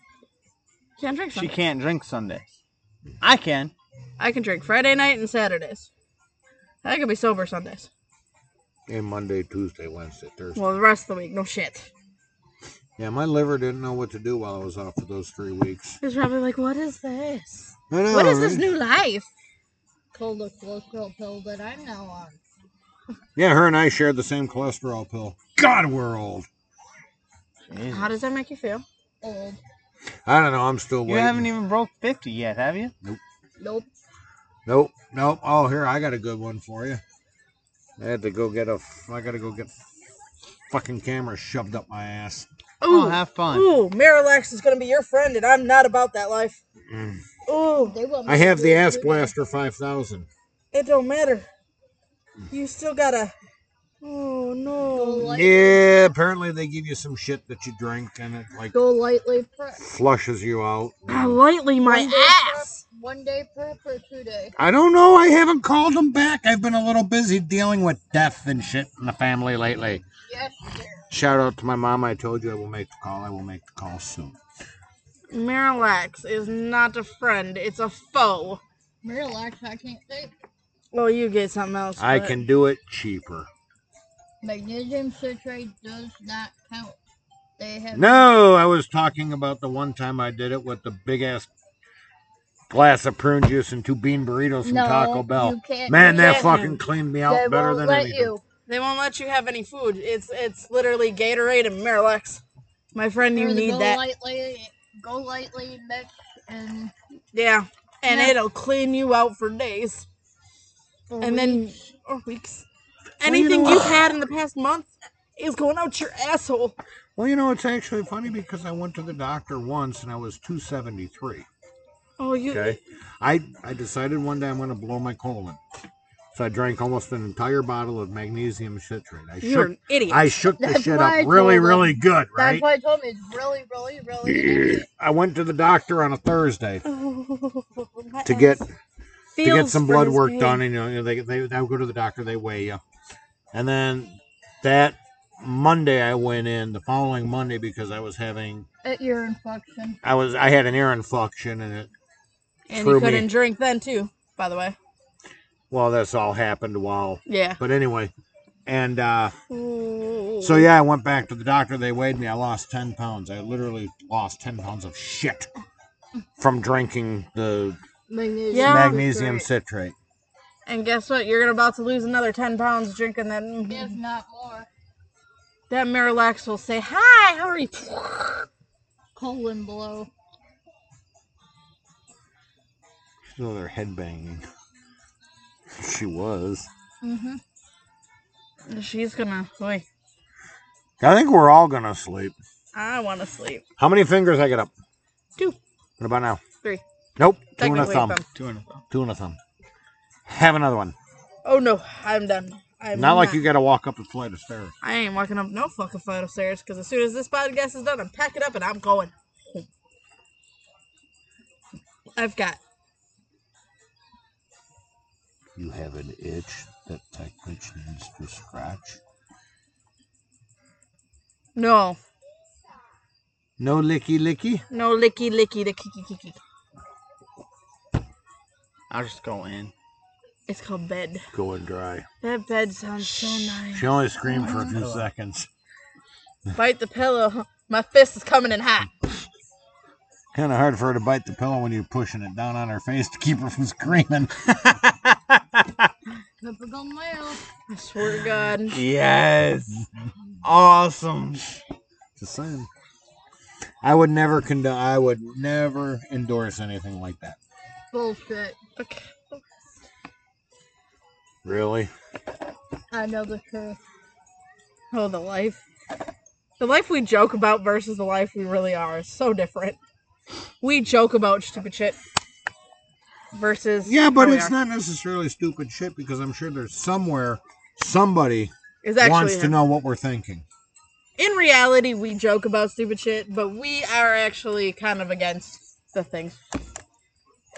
B: Can't drink
D: She
B: Sundays.
D: can't drink Sundays. I can.
B: I can drink Friday night and Saturdays. I can be sober Sundays.
C: And Monday, Tuesday, Wednesday, Thursday.
B: Well, the rest of the week, no shit.
C: yeah, my liver didn't know what to do while I was off for those three weeks.
B: He's probably like, what is this?
C: I know,
B: What is this
C: right?
B: new life?
E: Cold the cholesterol pill that I'm now on.
C: Yeah, her and I shared the same cholesterol pill. God, we're old.
D: Jesus.
B: How does that make you feel?
E: Old.
C: I don't know. I'm still
D: You
C: waiting.
D: haven't
B: e-
D: even broke 50 yet, have you?
E: Nope.
C: Nope, nope. Oh, here I got a good one for you. I had to go get a. I gotta go get fucking camera shoved up my ass.
D: Oh, have fun.
B: Ooh, Marillax is gonna be your friend, and I'm not about that life.
C: Mm.
B: Ooh,
E: They will
C: I
E: make
C: have
E: you
C: the
E: do
C: ass
E: that.
C: blaster five thousand.
B: it don't matter. You still gotta. Oh
E: Go
B: no.
E: lightly.
C: Yeah, apparently they give you some shit that you drink and it like
E: Go lightly prep.
C: flushes you out.
B: lightly my
E: One day prep-
B: ass.
E: one day prep or two day.
C: I don't know. I haven't called them back. I've been a little busy dealing with death and shit in the family lately.
E: Yes, sir.
C: Shout out to my mom. I told you I will make the call. I will make the call soon.
B: Marillax is not a friend; it's a foe.
E: Miralax, I can't take.
B: Well, you get something else.
C: I
B: but-
C: can do it cheaper.
E: Magnesium citrate does not count. They have
C: No, I was talking about the one time I did it with the big ass glass of prune juice and two bean burritos from
E: No,
C: Taco
E: you
C: Bell.
E: can't
C: Man,
E: do
C: that
B: that.
C: fucking cleaned me out
E: they
C: better
E: won't
C: than
E: let
C: anything.
E: you.
B: They won't let you have any food. It's it's literally Gatorade and Miralax. My friend, you
E: Or the
B: need
E: go
B: that.
E: lightly, go lightly mix and
B: Yeah, and
E: Yeah.
B: it'll clean you out for days
E: for
B: and then
E: weeks.
B: or weeks. Anything
C: know-
B: you've had in the past month is going out your asshole.
C: Well, you know, it's actually funny because I went to the doctor once and I was 273.
B: Oh, you.
C: Okay. I, I decided one day I'm going to blow my colon. So I drank almost an entire bottle of magnesium citrate. I
B: You're
C: shook,
B: an idiot. (laughs)
C: I shook the
E: That's
C: shit
E: why I
C: up really,
E: told him.
C: really good,
E: That's
C: right?
E: why I told me it's really, really, really.
C: I went to the doctor on a Thursday
B: Oh, My
C: to
B: ass
C: get to get
B: feels
C: some
B: for
C: blood
B: his
C: work
B: pain.
C: done. And, you know, they they I would go to the doctor, they weigh you, and then that Monday I went in the following Monday because I was having
E: At your infection.
C: I was I had an ear infection and it
B: And
C: threw
B: you
C: me.
B: couldn't drink then too. By the way.
C: well this all happened while
B: Yeah.
C: but anyway and uh, so yeah I went back to the doctor they weighed me I lost ten pounds I literally lost ten pounds of shit from drinking the
E: Magnesium.
B: Yeah.
C: magnesium
E: citrate.
C: citrate
B: And guess what? You're about to lose another ten pounds drinking that.
E: If not more.
B: That Miralax will say, "Hi, how are you?"
E: Colon blow.
C: no they're headbanging she was
E: Mm-hmm.
B: She's gonna. Boy,
C: I think we're all gonna sleep.
B: I want to sleep.
C: How many fingers I get up?
B: Two.
C: What about now?
B: Three.
C: Nope. Two and a
B: Technically,
C: thumb.
B: thumb.
D: Two and a half.
C: Two and a thumb. Have another one.
B: Oh no, I'm done. I'm
C: not like you gotta walk up a flight of stairs.
B: I ain't walking up no fucking flight of stairs because as soon as this podcast is done, I'm packing up and I'm going. home. I've got
F: You have an itch that Techwitch needs to scratch.
B: no,
C: No licky licky.
B: no licky licky the kiki kiki.
D: I'll just go in.
B: It's called bed.
C: Going dry.
B: That bed sounds so nice.
C: She only screamed for a few seconds.
B: Bite the pillow. My fist is coming in hot.
C: Kind of hard for her to bite the pillow when you're pushing it down on her face to keep her from screaming.
E: Typical male.
B: I swear to God.
D: Yes. Awesome.
C: Just saying. I would never condone. I would never endorse anything like that.
E: Bullshit.
B: Okay.
C: Really?
E: I know the truth.
B: Oh, the life. The life we joke about versus the life we really are is so different. We joke about stupid shit versus.
C: Yeah,
B: how
C: but
B: we
C: it's
B: are.
C: not necessarily stupid shit because I'm sure there's somewhere somebody
B: It's actually
C: wants to
B: him.
C: know what we're thinking.
B: In reality, we joke about stupid shit, but we are actually kind of against the things.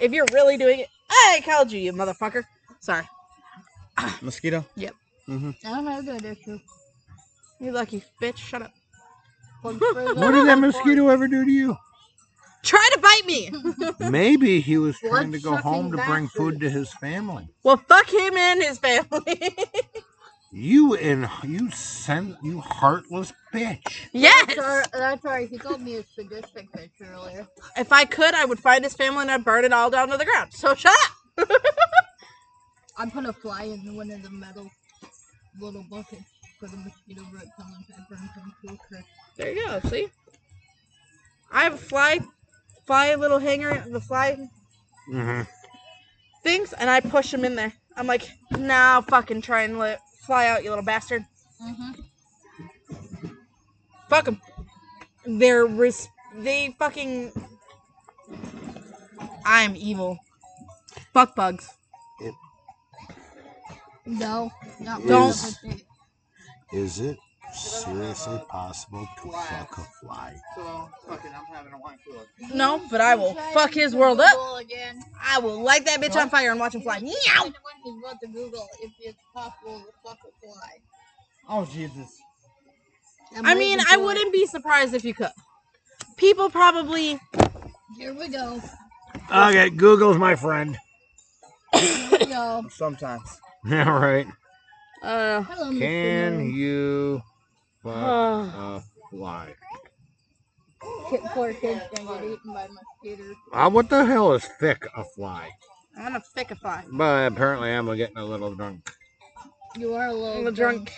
B: If you're really doing it, I called you, you motherfucker. Sorry,
D: Mosquito.
E: I don't have that issue.
B: you lucky bitch. Shut up.
E: What
C: What did that mosquito ever do to you?
B: Try to bite me.
C: Maybe he was trying to go
E: Blood-sucking
C: home to bring food
E: bastard.
C: to his family.
B: well, fuck him and his family.
C: You and you sent you heartless bitch.
E: That's
B: yes.
E: right. That's right. He called me a sadistic bitch earlier.
B: If I could, I would find his family and I'd burn it all down to the ground. So shut up.
E: I put a fly in one of the metal little buckets for the mosquito repellent I burned from Cool Creek.
B: There you go. See, I have a fly, fly little hanger, the fly
C: Mm-hmm.
B: things, and I push them in there. I'm like, now fucking try and let fly out, you little bastard.
E: Mm-hmm.
B: Fuck them. They're res- they fucking. I am evil. Fuck bugs.
E: No, not
B: Don't.
E: one of them.
F: Is it seriously possible to fuck a fly?
D: So, fucking, I'm having a wine cooler.
B: No, but I will
E: Try
B: fuck
E: to
B: his world up.
E: Google Again.
B: I will light that bitch on fire and watch him fly.
E: He's
B: Meow.
E: the one who's about to Google if it's possible to fuck a fly.
D: Oh, Jesus.
E: I'm
B: I mean,
E: waiting
B: I
E: for it.
B: wouldn't be surprised if you could. People probably
E: Here we go.
C: Okay, Google's my friend. (laughs)
E: Yo.
D: Sometimes.
C: Yeah, right.
B: Uh,
E: Hello, Mr.
C: Can
E: Moon.
C: you fuck
B: Ah.
C: a fly?
E: Kid, poor kids gonna get eaten by mosquitoes.
C: Ah, what the hell is thick a fly?
B: I'm gonna thick a five.
C: But apparently I'm getting a little drunk.
E: You are a little.
B: I'm a drunk.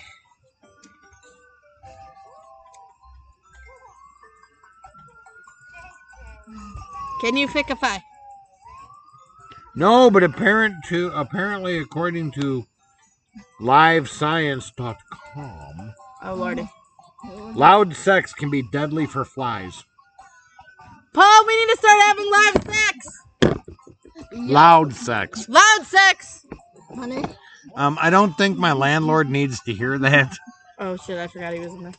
B: Can you thick a five?
C: No, but apparent to apparently according to livescience.com,
B: Oh lordy.
C: loud sex can be deadly for flies.
B: Paul, we need to start having live sex.
C: Loud sex.
B: Loud sex.
E: Honey,
C: Um, I don't think my landlord needs to hear that.
B: Oh shit, I forgot he was in there.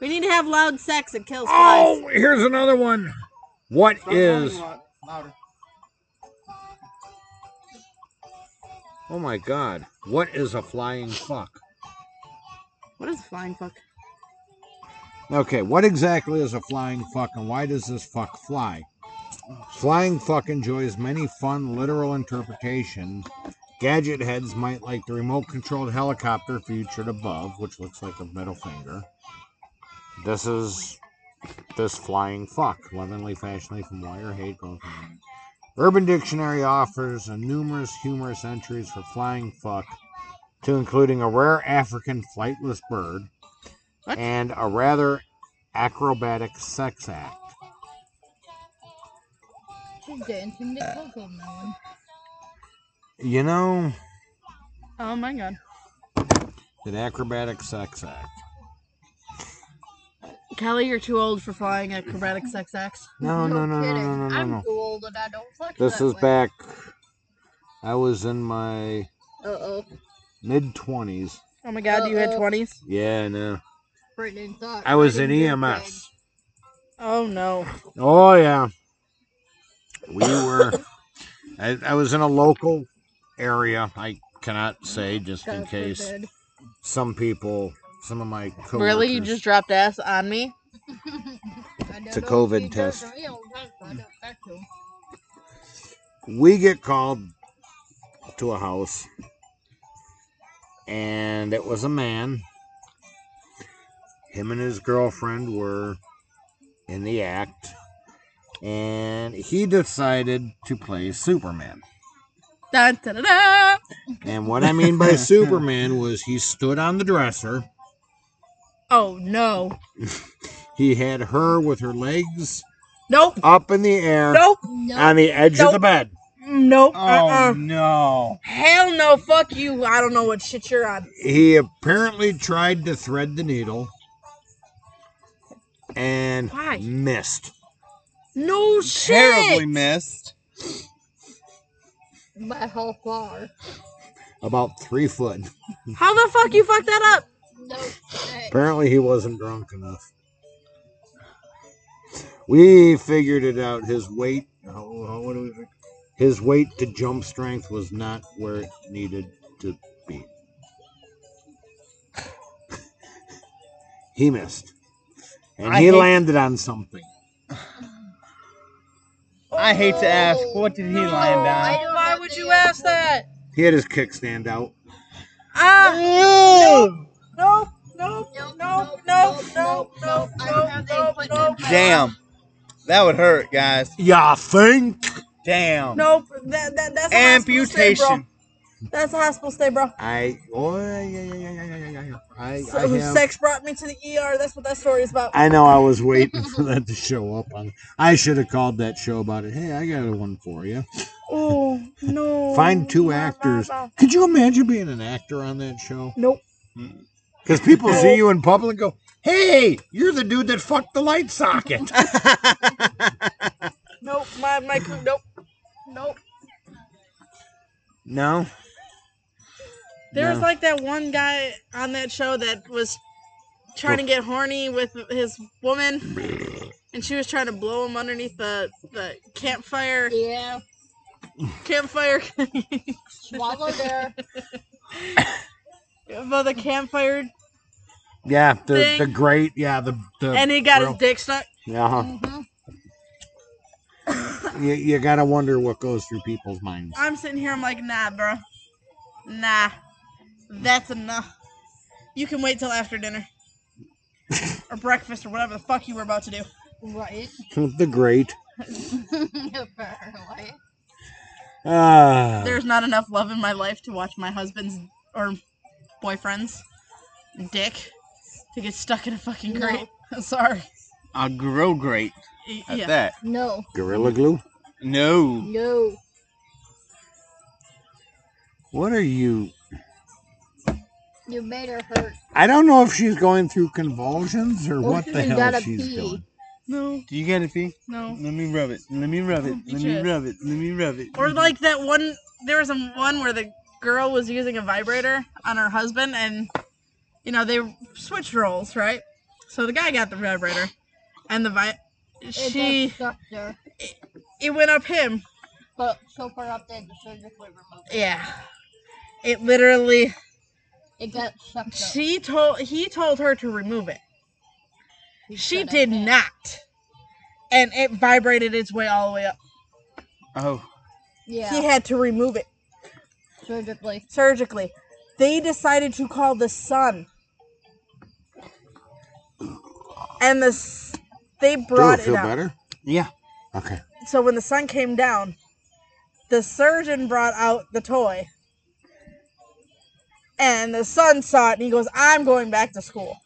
B: We need to have loud sex. It kills flies.
C: Oh, here's another one. What is?
D: Louder.
C: Oh my God! What is a flying fuck?
B: What is a flying fuck?
C: Okay, what exactly is a flying fuck and why does this fuck fly? Flying fuck enjoys many fun, literal interpretations. Gadget heads might like the remote controlled helicopter featured above, which looks like a middle finger. This is this flying fuck, lovingly fashionably from wire hate both. of them. Urban Dictionary offers a numerous humorous entries for flying fuck, to including a rare African flightless bird,
B: What?
C: and a rather acrobatic sex act.
E: she's dancing to Coco Melon.
C: You know,
B: Oh my god.
C: an acrobatic sex act.
B: Kelly, you're too old for flying acrobatic sex acts.
C: No, no, no, no,
E: kidding.
C: no, no, no.
E: I'm
C: no.
E: too old and I don't fuck
C: This
E: that
C: is
E: way.
C: back. I was in my
E: Uh oh.
C: mid 20s.
B: Oh my god, you had
E: Uh-oh.
B: 20s?
C: Yeah, no.
E: Brittany thought.
C: I was in E
E: Brittany did
C: EMS.
B: Oh no.
C: Oh, yeah. We were. I, I was in a local area. I cannot say just
E: good.
C: in
E: God
C: case
E: forbid.
C: some people, some of my coworkers.
B: Really? You just dropped ass on me?
E: (laughs) I
C: It's a
E: don't know if
C: COVID
E: he does
C: test.
E: or he don't test, but I don't test him.
C: we get called to a house and it was a man him and his girlfriend were in the act and he decided to play superman
B: Dun, dun, dun, dun.
C: and what i mean
E: (laughs)
C: by superman was he stood on the dresser
B: Oh no.
C: he had her with her legs
B: Nope.
C: up in the air
B: Nope.
E: No,
C: on the edge of the
B: Nope.
C: bed
B: Nope.
D: Oh
B: uh-uh.
D: no.
B: Hell no. Fuck you. I don't know what shit you're on.
C: he apparently tried to thread the needle and
B: Why?
C: missed
B: No shit.
D: Terribly missed.
E: but how far?
C: about three foot.
B: How the fuck you fucked that up?
E: No shit.
C: Apparently, he wasn't drunk enough. We figured it out. His weight, how, how, what do we, fig- his weight to jump strength was not where it needed to be. he missed, and
D: I
C: he
D: hate-
C: landed on something.
D: I hate to ask, what did he land
E: Oh, I
D: on?
E: don't
B: Why
E: know
B: would
E: the
B: you ask that?
C: He had his kickstand out.
B: Ah. Nope. Nope.
E: Nope,
B: Nope.
E: nope,
B: Nope. Nope.
E: nope,
B: Nope. Nope.
E: nope. I have a
B: Nope.
E: foot
B: Nope.
E: number.
D: Damn. That would hurt, guys.
C: Yeah, think.
D: Damn.
B: Nope. That, that, that's a Hospital stay,
D: Amputation.
B: bro. That's a hospital stay, bro.
C: I. Oh, yeah, yeah, yeah, yeah, yeah, yeah, yeah, yeah. I, I
B: So,
C: have-
B: sex brought me to the ER. That's what that story is about.
C: I know
B: (laughs)
C: I was waiting for that to show up. On, I should have called that show about it. Hey, I got one for you.
B: oh no.
C: Find two
B: Nah, nah,
C: actors.
B: nah.
C: Could you imagine being an actor on that show?
B: Nope.
C: Because people see you in public and go, "Hey, you're the dude that fucked the
B: (laughs)
C: light socket."
B: Nope. My my crew. Nope. Nope.
C: no.
B: There was
C: No.
B: like that one guy on that show that was trying to get horny with his woman, and she was trying to blow him underneath the the campfire
E: Yeah,
B: campfire. (laughs)
C: (laughs)
E: swallow there.
B: About the campfire,
C: Yeah, the
B: Thing.
C: the Uh, great. Yeah, the the.
B: and he got (laughs)
C: grill.
E: Mm-hmm.
B: his dick stuck.
C: Yeah.
E: Mhm.
C: you, you gotta wonder what goes through
B: (laughs)
C: people's minds.
B: I'm sitting here, I'm like, nah, bro. Nah. That's enough. You can wait till after dinner. or breakfast or whatever the fuck you were about to do.
E: Right.
C: the great.
E: (laughs) Apparently.
C: Ah.
B: There's not enough love in my life to watch my husband's or boyfriend's dick to get stuck in a fucking grate. (laughs) Sorry.
D: I grow great
B: Y-
D: at
B: yeah.
D: that.
E: No.
C: Gorilla glue?
D: No.
E: No.
C: What are you?
E: You made her hurt.
C: I don't know if she's going through convulsions or
E: Well,
C: what the
E: she
C: hell
E: gotta
C: she's
E: pee.
C: doing.
B: No,
D: Do you get it, P?
B: no.
D: Let me rub it. Let me rub it.
B: Oh,
D: Let me
B: bitches.
D: rub it. Let me rub it.
B: Or like that one. There was a one where the girl was using a vibrator on her husband, and you know they switched roles, right? So the guy got the vibrator, and the vi-
E: It
B: she
E: does suck there,
B: it went up him.
E: but so far up they had to surgically remove it.
B: Yeah. It literally.
E: It got sucked up.
B: She told he told her to remove it.
E: He
B: She
E: said I
B: did
E: can't.
B: not, and it vibrated its way all the way up.
D: Oh,
E: Yeah,
B: He had to remove it.
E: surgically.
B: surgically. They decided to call the son. And the s- they
C: Do it
B: brought it,
C: feel
B: out.
C: better?
D: yeah.
C: Okay.
B: So when the sun came down, the surgeon brought out the toy. And the son saw it and he goes, "I'm going back to school."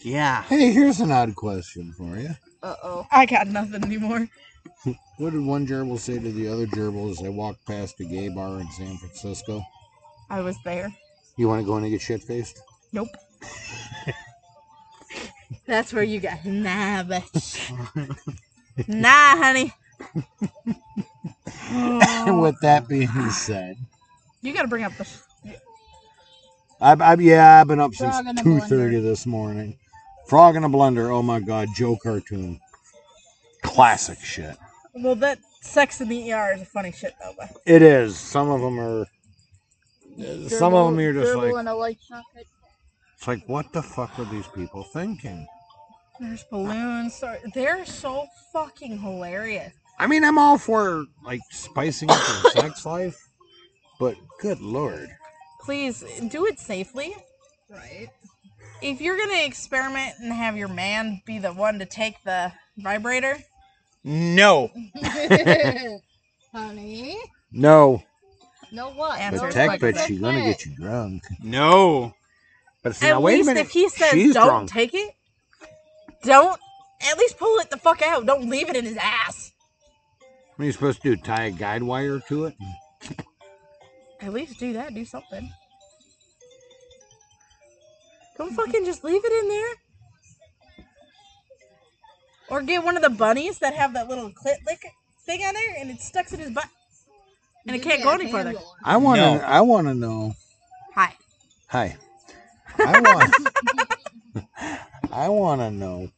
D: Yeah.
C: Hey, here's an odd question for you.
E: Uh oh.
B: I got nothing anymore.
C: What did one gerbil say to the other gerbil as they walked past a gay bar in San Francisco?
B: I was there.
C: You want to go in and get shit faced?
B: Nope. That's where you
C: (laughs)
B: got nah, bitch. nah,
C: (laughs)
B: honey.
C: And with that being said,
B: You gotta bring up the
C: I've, I've, yeah, I've been up since
E: Frog in a
C: two
E: blender.
C: thirty this morning. Frog in a blender. Oh my god, Joe cartoon, classic shit.
B: Well, that sex in the ER is a funny shit though. But
C: It is. Some of them are. some of them
E: Gerbil-
C: you're just
E: gerbil
C: like,
E: in a light socket.
C: it's like, what the fuck were these people thinking?
B: there's balloons. So, they're so fucking hilarious.
C: I mean, I'm all for like spicing up (laughs) your sex life, but good lord,
B: Please do it safely.
E: Right. (laughs)
B: If you're gonna experiment and have your man be the one to take the vibrator,
D: No.
E: Honey.
C: no.
E: No
B: But
E: what? no
C: But
B: Answer
C: tech
B: like
C: bitch,
B: that.
C: she's gonna get you drunk.
D: No.
C: But see,
B: at
C: now wait a
B: least
C: minute.
B: if he says
C: she's
B: don't
C: drunk.
B: take it, don't at least pull it the fuck out. Don't leave it in his ass.
C: what are you supposed to do? Tie a guide wire to it?
B: At least do that. Do something. Don't fucking just leave it in there. Or get one of the bunnies that have that little clit lick thing on there, and it stucks in his butt, and it can't go any further. (laughs)
C: I want to.
D: No.
C: I want to know.
B: Hi.
C: Hi. I want (laughs) I want to know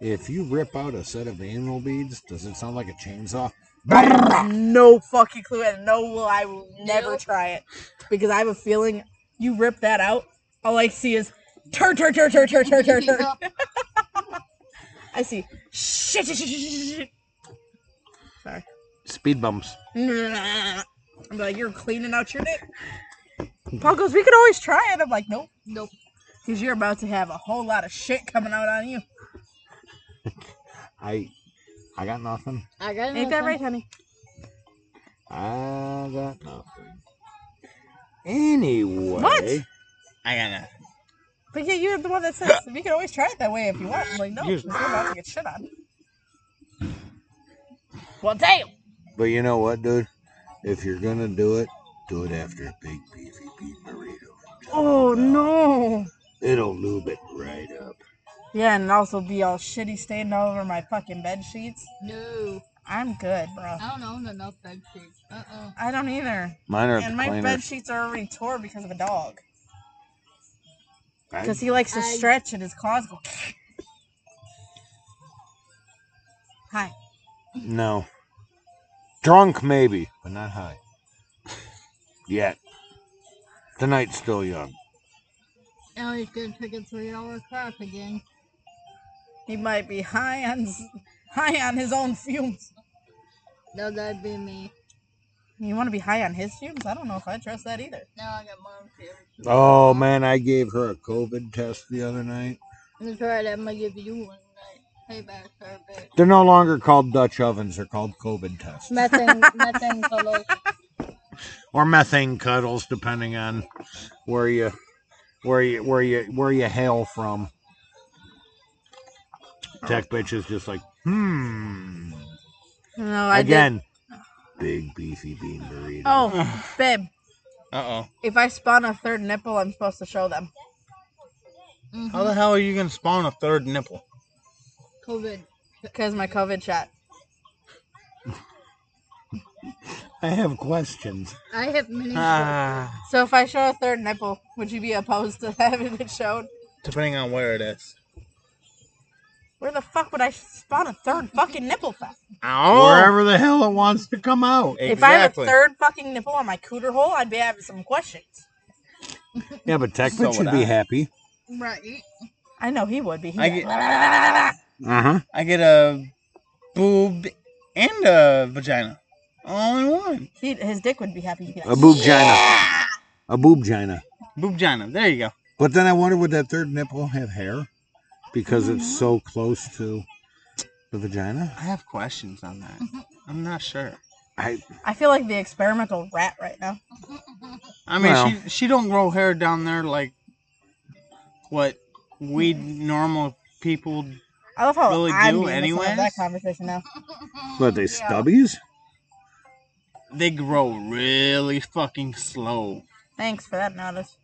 C: if you rip out a set of anal beads, does it sound like a chainsaw?
B: (coughs) No fucking clue, and no, will I will never
E: Nope.
B: try it because I have a feeling you rip that out, all I see is tur tur tur tur tur
E: (laughs)
B: tur tur tur.
C: (laughs)
B: I see shit shit shit shit shit. shit. Sorry.
C: Speed bumps.
B: I'm like, you're cleaning out your dick. (laughs) Paul goes, we could always try it. I'm like, nope,
E: Nope.
B: because you're about to have a whole lot of shit coming out on you.
C: I I got nothing.
E: I got
B: Ain't that
E: nothing.
B: right, honey?
C: I got nothing. Anyway,
B: What?
D: I got nothing.
B: But yeah, you're the one that says we can always try it that way if you want. I'm like, no,
D: Yes.
B: 'cause you're about to get shit on. Well, damn.
C: But you know what, dude? If you're gonna do it, do it after a big beefy beef burrito.
B: Oh no.
C: It'll lube it right up.
B: Yeah, and also be all shitty stained all over my fucking bed sheets.
E: No.
B: I'm good, bro.
E: I don't own enough bed sheets. Uh uh
B: I don't either.
C: Mine are at
B: And
C: the
B: my bed
C: cleaners.
B: sheets are already tore because of a dog.
C: I-
B: Because he likes to
E: I-
B: stretch and his claws go. (sniffs) Hi.
C: No. Drunk, maybe, but not high. Yet. The night's still young.
E: Now he's gonna take a three hour crap again.
B: He might be high on s- high on his own fumes.
E: No, that'd be me.
B: You want to be high on his fumes? I don't know if I trust that either.
E: Now I got mom fever.
C: Oh man, I gave her a COVID test the other night.
E: That's right, I'm gonna give you one night. Payback for a bit.
C: They're no longer called Dutch ovens; they're called COVID
B: (laughs)
C: tests
E: Methane, methane colors.
C: or methane cuddles, depending on where you, where you, where you, where you hail from. Tech bitch is just like, hmm.
B: No, I
C: Again,
H: Big beefy bean burrito.
B: Did. Oh, babe,
D: Uh
B: if I spawn a third nipple, I'm supposed to show them.
D: oh. How the hell are you gonna spawn a third nipple?
E: COVID.
B: Because my COVID shot.
C: I have questions.
E: I have
B: Mm.
E: many.
D: Ah,
B: So if I show a third nipple, would you be opposed to (laughs) having it shown?
D: depending on where it is.
B: Where the fuck would I spawn a third fucking nipple from?
D: Ow!
C: Wherever the hell it wants to come out.
B: If I have a third fucking nipple on my cooter hole, I'd be having some questions.
C: Yeah, but Tech
D: So
C: bitch
D: would
C: would be
D: I.
C: happy.
E: Right.
B: I know he would be. He
D: I
B: would-
C: Uh huh.
D: I get a boob and a vagina, all in one.
B: he- his dick would be happy. He'd be
C: A
B: like,
C: boob A boob
D: Boob vagina. There you go.
C: But then I wonder would that third nipple have hair? Because it's so close to the vagina.
D: I have questions
B: (laughs)
D: on that. I'm not sure.
C: I
B: I feel like the experimental rat right now.
D: I mean,
C: Well.
D: she she don't grow hair down there like what we normal people.
B: I love how
D: Really
B: I'm being
D: do
B: the center of
D: anyways?
B: that conversation now.
C: what they stubbies?
D: They grow really fucking slow.
B: Thanks for that notice.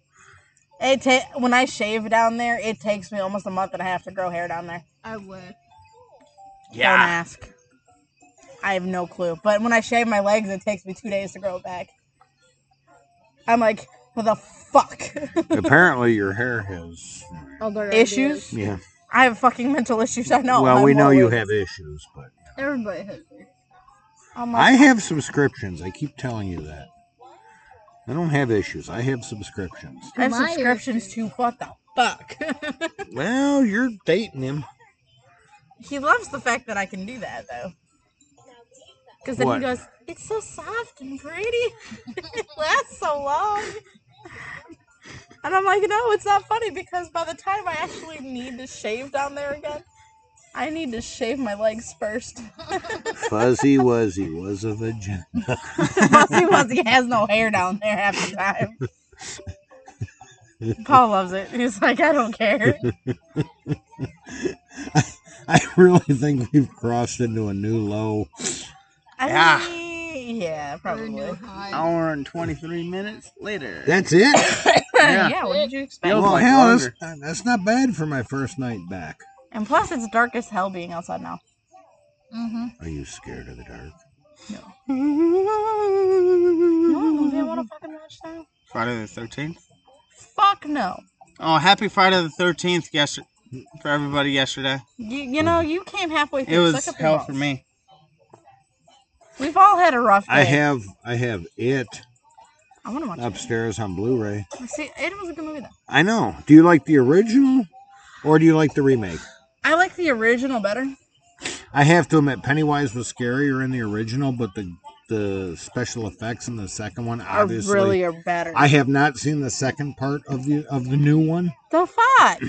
B: It ta- when I shave down there, it takes me almost a month and a half to grow hair down there.
E: I would.
B: Don't ask. I have no clue. But when I shave my legs, it takes me two days to grow it back. I'm like, what the fuck?
C: Apparently your hair has
E: Other
B: issues? (laughs)
C: Yeah.
B: I have fucking mental issues. I know.
C: well,
B: I'm
C: we know you
B: always-
C: have issues, but
E: ideas. Everybody has issues.
B: I'm
C: I
B: like,
C: have subscriptions. I keep telling you that. I don't have issues. I have subscriptions.
B: I have
E: My
B: subscriptions to what the fuck? (laughs)
C: Well, you're dating him.
B: he loves the fact that I can do that though. Because then
C: What?
B: he goes, it's so soft and pretty. (laughs) it lasts so long. And I'm like, no, it's not funny because by the time I actually need to shave down there again, I need to shave my legs first. (laughs)
C: Fuzzy Wuzzy was a vagina. (laughs)
B: Fuzzy Wuzzy has no hair down there half the time. Paul loves it. He's like, I don't care.
C: I really think we've crossed into a new low.
B: I
D: Yeah.
B: mean, yeah,
E: They're
B: probably. Oh.
E: new
B: (laughs)
E: high.
D: Hour and twenty three minutes later.
C: That's (coughs) it.
B: yeah.
D: Yeah.
B: what did you expect?
D: Feels
C: well,
D: like
C: hell, that's,
D: longer.
C: that's not bad for my first night back.
B: And plus, it's dark as hell being outside now.
E: Mm-hmm.
C: Are you scared of the dark?
B: No, movie I want to fucking watch now.
D: Friday the thirteenth.
B: Fuck no.
D: Oh, happy Friday the thirteenth, yesterday for everybody. Yesterday
B: You, you know you came halfway
D: it
B: through.
D: was
B: Suck up your
D: hell
B: balls.
D: for me.
B: We've all had a rough day.
C: I have I have it
B: I want to watch
C: upstairs on Blu-ray.
B: it. See, it was a good movie though.
C: I know. Do you like the original or do you like the remake?
B: I like the original better.
C: I have to admit, Pennywise was scarier in the original, but the the special effects in the second one obviously.
B: Are really are better.
C: I have not seen the second part of the of the new one.
B: the fuck,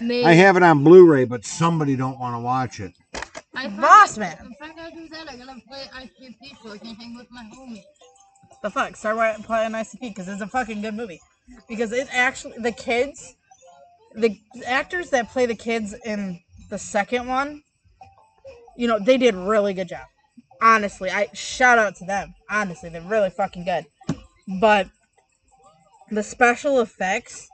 E: Me.
C: I have it on Blu-ray, but somebody don't want to watch it.
E: I fuck-
B: Boss Man.
E: If I gotta do that, I gotta play ICP so I can hang with my homies.
B: the fuck. Start wa- playing ICP because it's a fucking good movie. Because it actually the kids, the actors that play the kids in the second one, you know, they did really good job. Honestly, I shout out to them. Honestly, they're really fucking good. But the special effects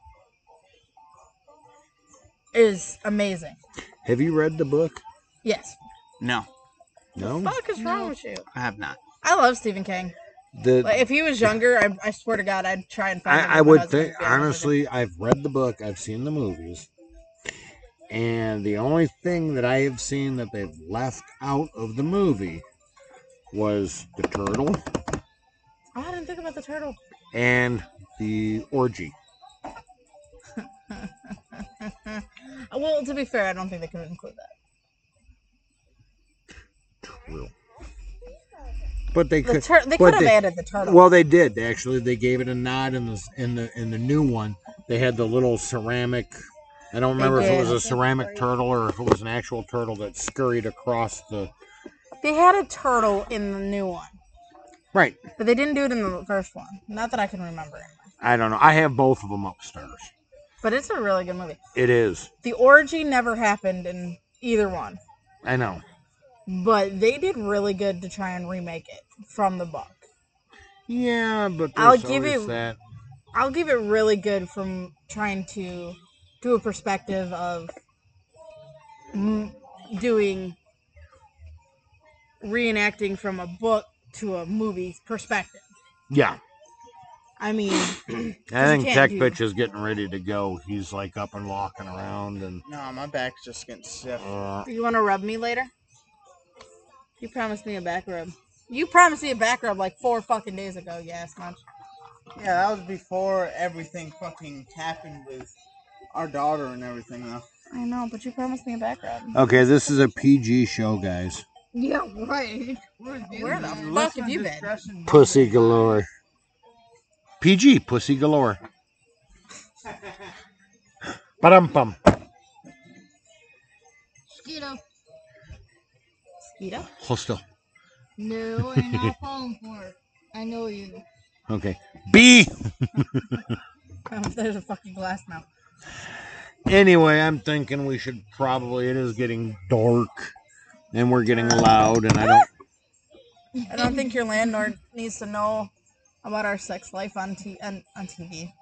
B: is amazing.
C: Have you read the book?
B: Yes.
D: No,
C: No.
B: Fuck is wrong with you?
D: I have not.
B: I love Stephen King.
C: The
B: Like, if he was younger, I, I swear to God, I'd try and find. him
C: I, I
B: when
C: would
B: was a
C: think
B: baby, honest with you.
C: honestly, I've read the book, I've seen the movies, and the only thing that I have seen that they've left out of the movie was the turtle
B: Oh, I didn't think about the turtle.
C: and the orgy.
B: Uh, Well, to be fair, I don't think they could include that.
C: But they
B: The
C: (laughs) could.
B: tur- they
C: but
B: could have added the turtle.
C: Well, they did actually. They gave it a nod in the in the in the new one. They had the little ceramic. I don't
B: They
C: remember if it
B: did.
C: was a ceramic turtle or if it was an actual turtle that scurried across the.
B: they had a turtle in the new one,
C: Right.
B: but they didn't do it in the first one. Not that I can remember.
C: I don't know. I have both of them upstairs.
B: But it's a really good movie.
C: It is.
B: The orgy never happened in either one,
C: I know.
B: but they did really good to try and remake it from the book.
C: Yeah, but
B: I'll
C: there's
B: give
C: always
B: you-
C: that.
B: I'll give it really good from trying to do a perspective of m- doing reenacting from a book to a movie's perspective.
C: Yeah.
B: I mean, 'Cause
C: I
B: you
C: think
B: can't
C: Tech
B: do-
C: Bitch is getting ready to go. He's like up and walking around and.
D: No, my back's just getting stiff.
C: Uh,
B: you want to rub me later? You promised me a back rub. You promised me a back rub like four fucking days ago, you ass munch.
D: Yeah, that was before everything fucking happened with our daughter and everything, though.
B: I know, but you promised me a back rub.
C: okay, this is a PG show, guys.
E: Yeah, right.
B: Where the fuck have you been?
C: Pussy galore. PG, pussy galore. Bum bum.
E: Mosquito.
B: Mosquito?
C: Hostel.
E: No, and
B: (laughs)
E: I'll fall for it. I know you.
C: Okay. B.
B: There's a fucking glass now.
C: Anyway, I'm thinking we should probably. It is getting dark, and we're getting loud, and I don't.
B: I don't think your landlord needs to know about our sex life on t- on, on TV.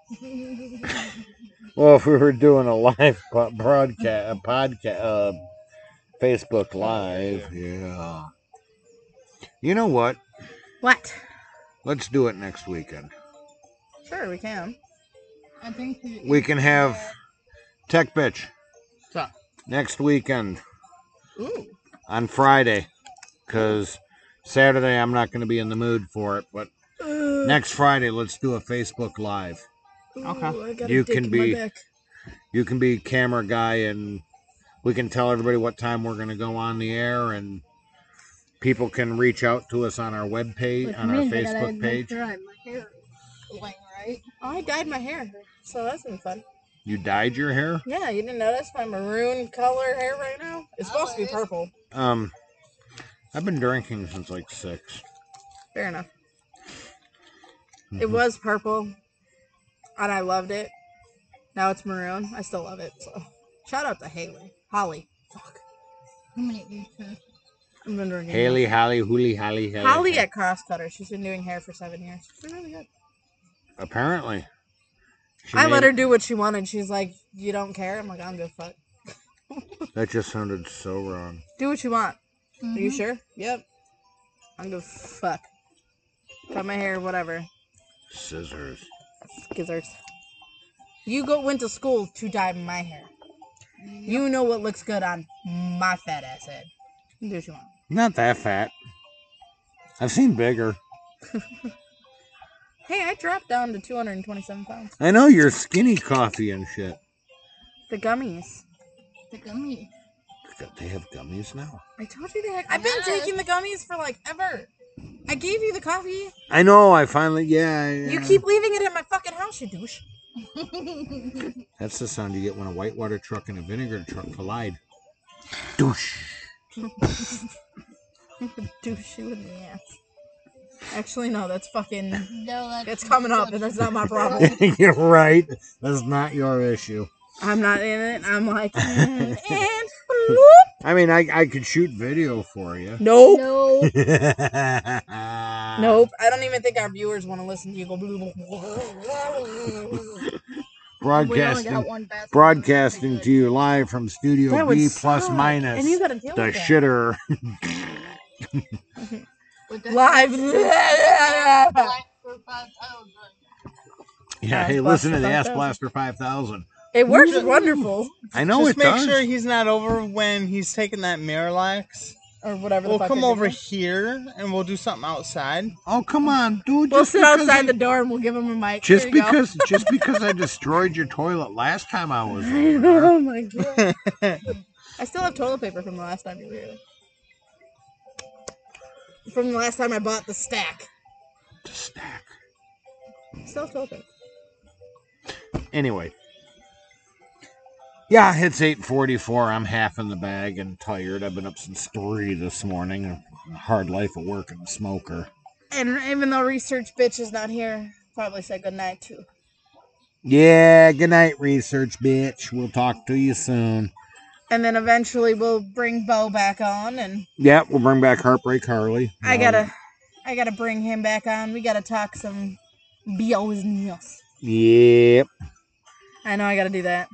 C: Well, if we were doing a live (laughs) po- broadcast, a podcast, uh, Facebook Live, yeah. You know what?
B: What?
C: Let's do it next weekend.
B: Sure, we can.
E: I think that
C: We can have Tech Bitch
D: Stop.
C: next weekend.
B: Ooh.
C: on Friday because Saturday I'm not going to be in the mood for it. But next Friday, let's do a Facebook Live.
D: Okay.
B: I
C: You can be- You can be camera guy and we can tell everybody what time we're going to go on the air and people can reach out to us on our web page,
E: Like
C: on our
E: me, I gotta
C: Facebook page.
E: make sure I- my hair is laying right.
B: Oh, I dyed my hair, so that's gonna be fun.
C: You dyed your hair?
B: Yeah, you didn't notice my maroon color hair right now? It's supposed to be purple.
C: Um, I've been drinking since like six.
B: Fair enough. It
C: Mm-hmm.
B: was purple, and I loved it. Now it's maroon. I still love it. So, shout out to Haley, Holly. Fuck,
E: How many do you have?
B: I've been drinking.
C: Haley, Holly, Hooley, Holly, Haley.
B: Holly at Crosscutter. She's been doing hair for seven years. She's been really good.
C: Apparently. She
B: I let
C: made-
B: her do what she wanted. She's like, "You don't care." I'm like, "I don't give a fuck.
C: That just sounded so wrong.
B: Do what you want."
E: Mhm.
B: Are you sure? Yep. I don't give a fuck. Cut my hair, whatever.
C: Scissors.
B: Skizzers. You go went to school to dye my hair. You know what looks good on my fat ass head. You Do what you want.
C: Not that fat. I've seen bigger.
B: Hey, I dropped down to 227 pounds.
C: I know you're skinny coffee and shit.
B: The gummies.
E: The gummy.
C: God, They have gummies now.
B: I told you they had. I've been
G: Yes.
B: taking the gummies for like ever. I gave you the coffee.
C: I know. I finally, yeah. yeah.
B: You keep leaving it in my fucking house, you douche.
C: That's the sound you get when a whitewater truck and a vinegar truck collide. Douche.
B: douche you in the ass. Actually, no, that's fucking.
E: No, that's
B: (laughs) It's coming up, and that's not my problem.
C: (laughs) you're right. That's not your issue.
B: I'm not in it. I'm (laughs) like, mm, and whoop.
C: I mean, I I could shoot video for you.
B: (laughs) nope,
E: (laughs) No.
C: nope.
B: nope. I don't even think our viewers want to listen to you go. Blah, blah, blah.
E: We only got
C: Broadcasting.
E: one basket.
C: Broadcasting to you live from Studio B plus
B: suck,
C: minus
B: And you gotta deal
C: the
B: with that.
C: shitter. (laughs)
E: With that-
B: live.
E: Black for five
B: (laughs)
E: thousand.
C: Yeah,
B: Ass
C: hey, listen to
B: Blaster
C: the Ass
B: 5000.
C: Blaster 5000.
B: (laughs) It works wonderful.
C: I know
D: Just
C: it
D: make
C: does.
D: sure he's not over when he's taking that Miralax.
B: or whatever. the
D: We'll
B: fuck
D: come
B: you're
D: over
B: doing.
D: here and we'll do something outside. (laughs)
C: Oh come on, dude!
B: We'll
C: just
B: sit (laughs)
C: because
B: outside
C: I-
B: the door and we'll give him a mic.
C: (laughs) Just
B: Here you go.
C: because, just because I destroyed your toilet last time
B: (laughs)
C: I was over there.
B: oh my god. I still have toilet paper from the last time you were here. From the last time I bought the stack.
C: to stack.
B: Still have toilet paper.
C: Anyway. Yeah, it's 8:44. I'm half in the bag and tired. I've been up since three this morning. A hard life of work and smoker.
B: And even though research bitch is not here, probably say goodnight too.
C: Yeah, good night, research bitch. We'll talk to you soon.
B: And then eventually we'll bring Bo back on and
C: Yeah, we'll bring back Heartbreak Harley.
B: I gotta I gotta bring him back on. We gotta talk some business.
C: Yep.
B: I know I gotta do that.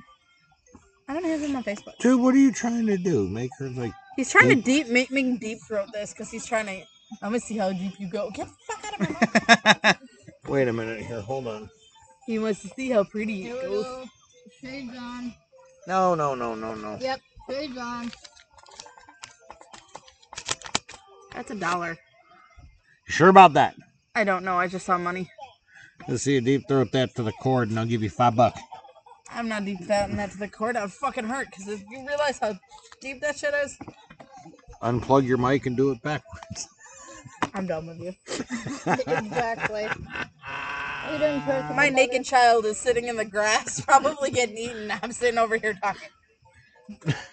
B: I don't have him on Facebook.
C: Dude, what are you trying to do? Make her like
B: He's trying to deep make, make him deep throat this because he's trying to. I'm gonna see how deep you go. Get the fuck out of my
D: (laughs)
B: mouth.
C: Wait a minute here. Hold on.
B: he wants to see how pretty
E: Here
B: it
E: we
B: goes.
E: go. Shades on.
C: No, no, no, no, no.
E: Yep,
C: (laughs)
E: shades on.
B: That's a dollar.
C: Sure about that?
B: I don't know. I just saw money.
C: Let's see you deep throat that to the cord, and I'll give you five bucks.
B: I'm not deep throating that to the cord. I'd fucking hurt because if you realize how deep that shit is,
C: Unplug your mic and do it backwards.
B: I'm done with you.
C: (laughs)
E: exactly.
I: We didn't put it
D: Uh,
B: My naked child is sitting in the grass, (laughs) probably getting eaten. I'm sitting over here talking.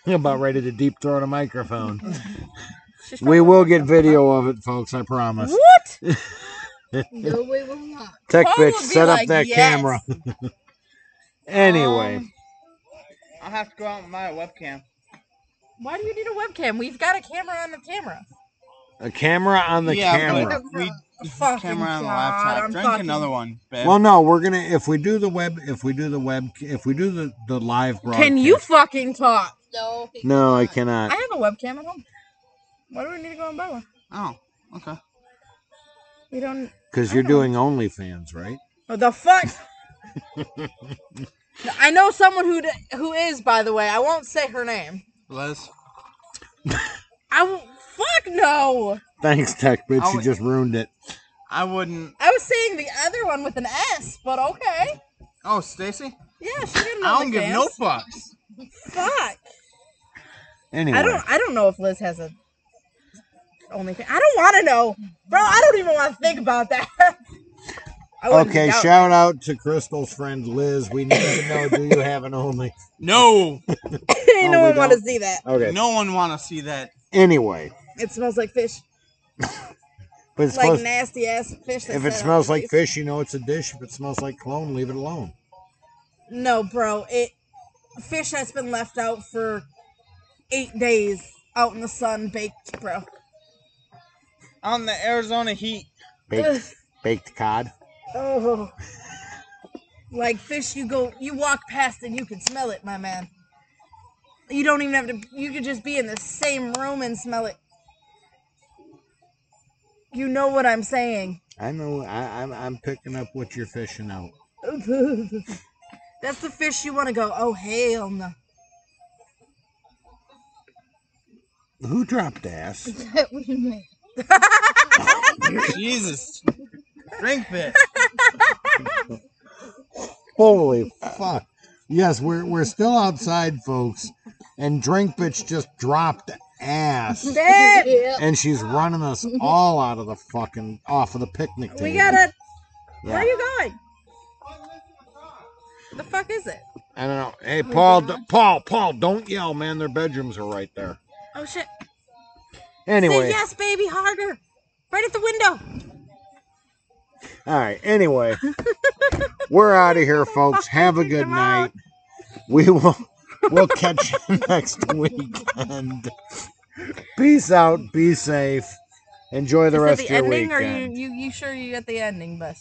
C: (laughs) About ready to deep throat a microphone.
B: She's
C: We
B: probably-
C: will get video of it, folks. I promise.
D: (laughs)
B: What?
E: No, we will not. (laughs)
C: Tech
B: Paul
C: bitch,
B: would be
C: set up
B: like,
C: that
B: "Yes."
C: camera. (laughs) anyway,
D: Um, I'll have to go out and buy a webcam.
B: Why do you need a webcam? We've got a camera on the camera.
C: a camera on the
D: yeah,
C: camera.
D: But we
B: Fucking
D: camera on the
B: God,
D: laptop.
B: I'm
D: Drink
B: fucking-
D: another one, babe.
C: Well, no, we're gonna if we do the web, if we do the web, if we do the the live broadcast.
B: Can you fucking talk?
E: No. he
C: No, I
E: cannot.
C: cannot.
B: I have a webcam at home. Why do we need to go and buy one?
D: oh, okay.
B: We don't.
C: Because
B: I
C: you're
B: know.
C: doing OnlyFans, right?
B: What the
C: (laughs)
B: fuck? I know someone who d- who is, by the way. I won't say her name.
D: Les,
B: I w- fuck no.
C: Thanks, Tech bitch.
D: Oh,
C: You just ruined it.
D: I wouldn't.
B: I was saying the other one with an S, but okay.
D: Oh, Stacy,
B: Yeah, she didn't.
D: I don't give no fucks.
B: fuck.
C: Anyway,
B: I don't. I don't know if Liz has a only thing. I don't want to know, bro. I don't even want to think about that. (laughs) I wouldn't
C: okay.
B: doubt-
C: Shout out to Crystal's friend Liz. We need to know. do you have an Only?
D: No,
B: (laughs) Ain't no
C: Oh, we
B: one want to
C: don't.
B: see that.
C: Okay.
D: no one want to see that.
C: Anyway,
B: It smells like fish,
C: but it's
B: like
C: supposed-
B: nasty ass fish. that's
C: if it
B: set on
C: smells
B: the
C: like
B: place.
C: fish, you know it's a dish. If it smells like cologne, leave it alone.
B: No, bro. It fish that's been left out for eight days out in the sun, baked, bro.
D: On the Arizona heat.
C: Baked, baked cod.
B: Oh, like fish. You go, you walk past and you can smell it, my man. You don't even have to. You could just be in the same room and smell it. You know what I'm saying.
C: I know. I, I'm I'm picking up what you're fishing out.
B: That's the fish you want to go. Oh hell no.
C: Who
B: (laughs)
C: dropped ass?
E: That was me.
D: Jesus, drink it.
C: Holy fuck! Yes, we're we're still outside, folks, and drink bitch just dropped ass,
E: (laughs)
B: Dad,
E: Yep.
C: and she's
B: (laughs)
C: running us all out of the fucking off of the picnic table.
B: we gotta. Where
C: Yeah.
B: are you going? The fuck is it?
C: I don't know.
B: Oh,
C: Hey, Paul, d- Paul, Paul, don't yell, man. Their bedrooms are right there.
B: Oh shit.
C: Anyway,
B: Say yes, baby, harder. Right at the window.
C: all right.
B: (laughs)
C: Anyway, we're out of here, folks. Have a good night. We will. We'll catch you (laughs) next weekend. Peace out. Be safe. Enjoy the rest
B: is
C: of
B: it
C: your
B: the ending? Or
C: weekend.
B: you, you you sure you got the ending, Bush?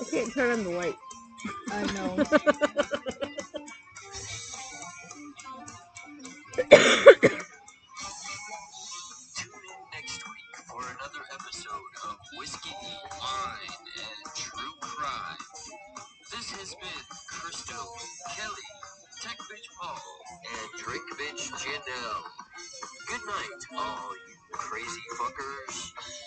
B: I can't turn on the light.
E: I know.
A: Tune in next week for another episode of Whiskey, Wine, and True Crime. Tech Bitch Paul and Trick Bitch Janelle. Good night, all you crazy fuckers.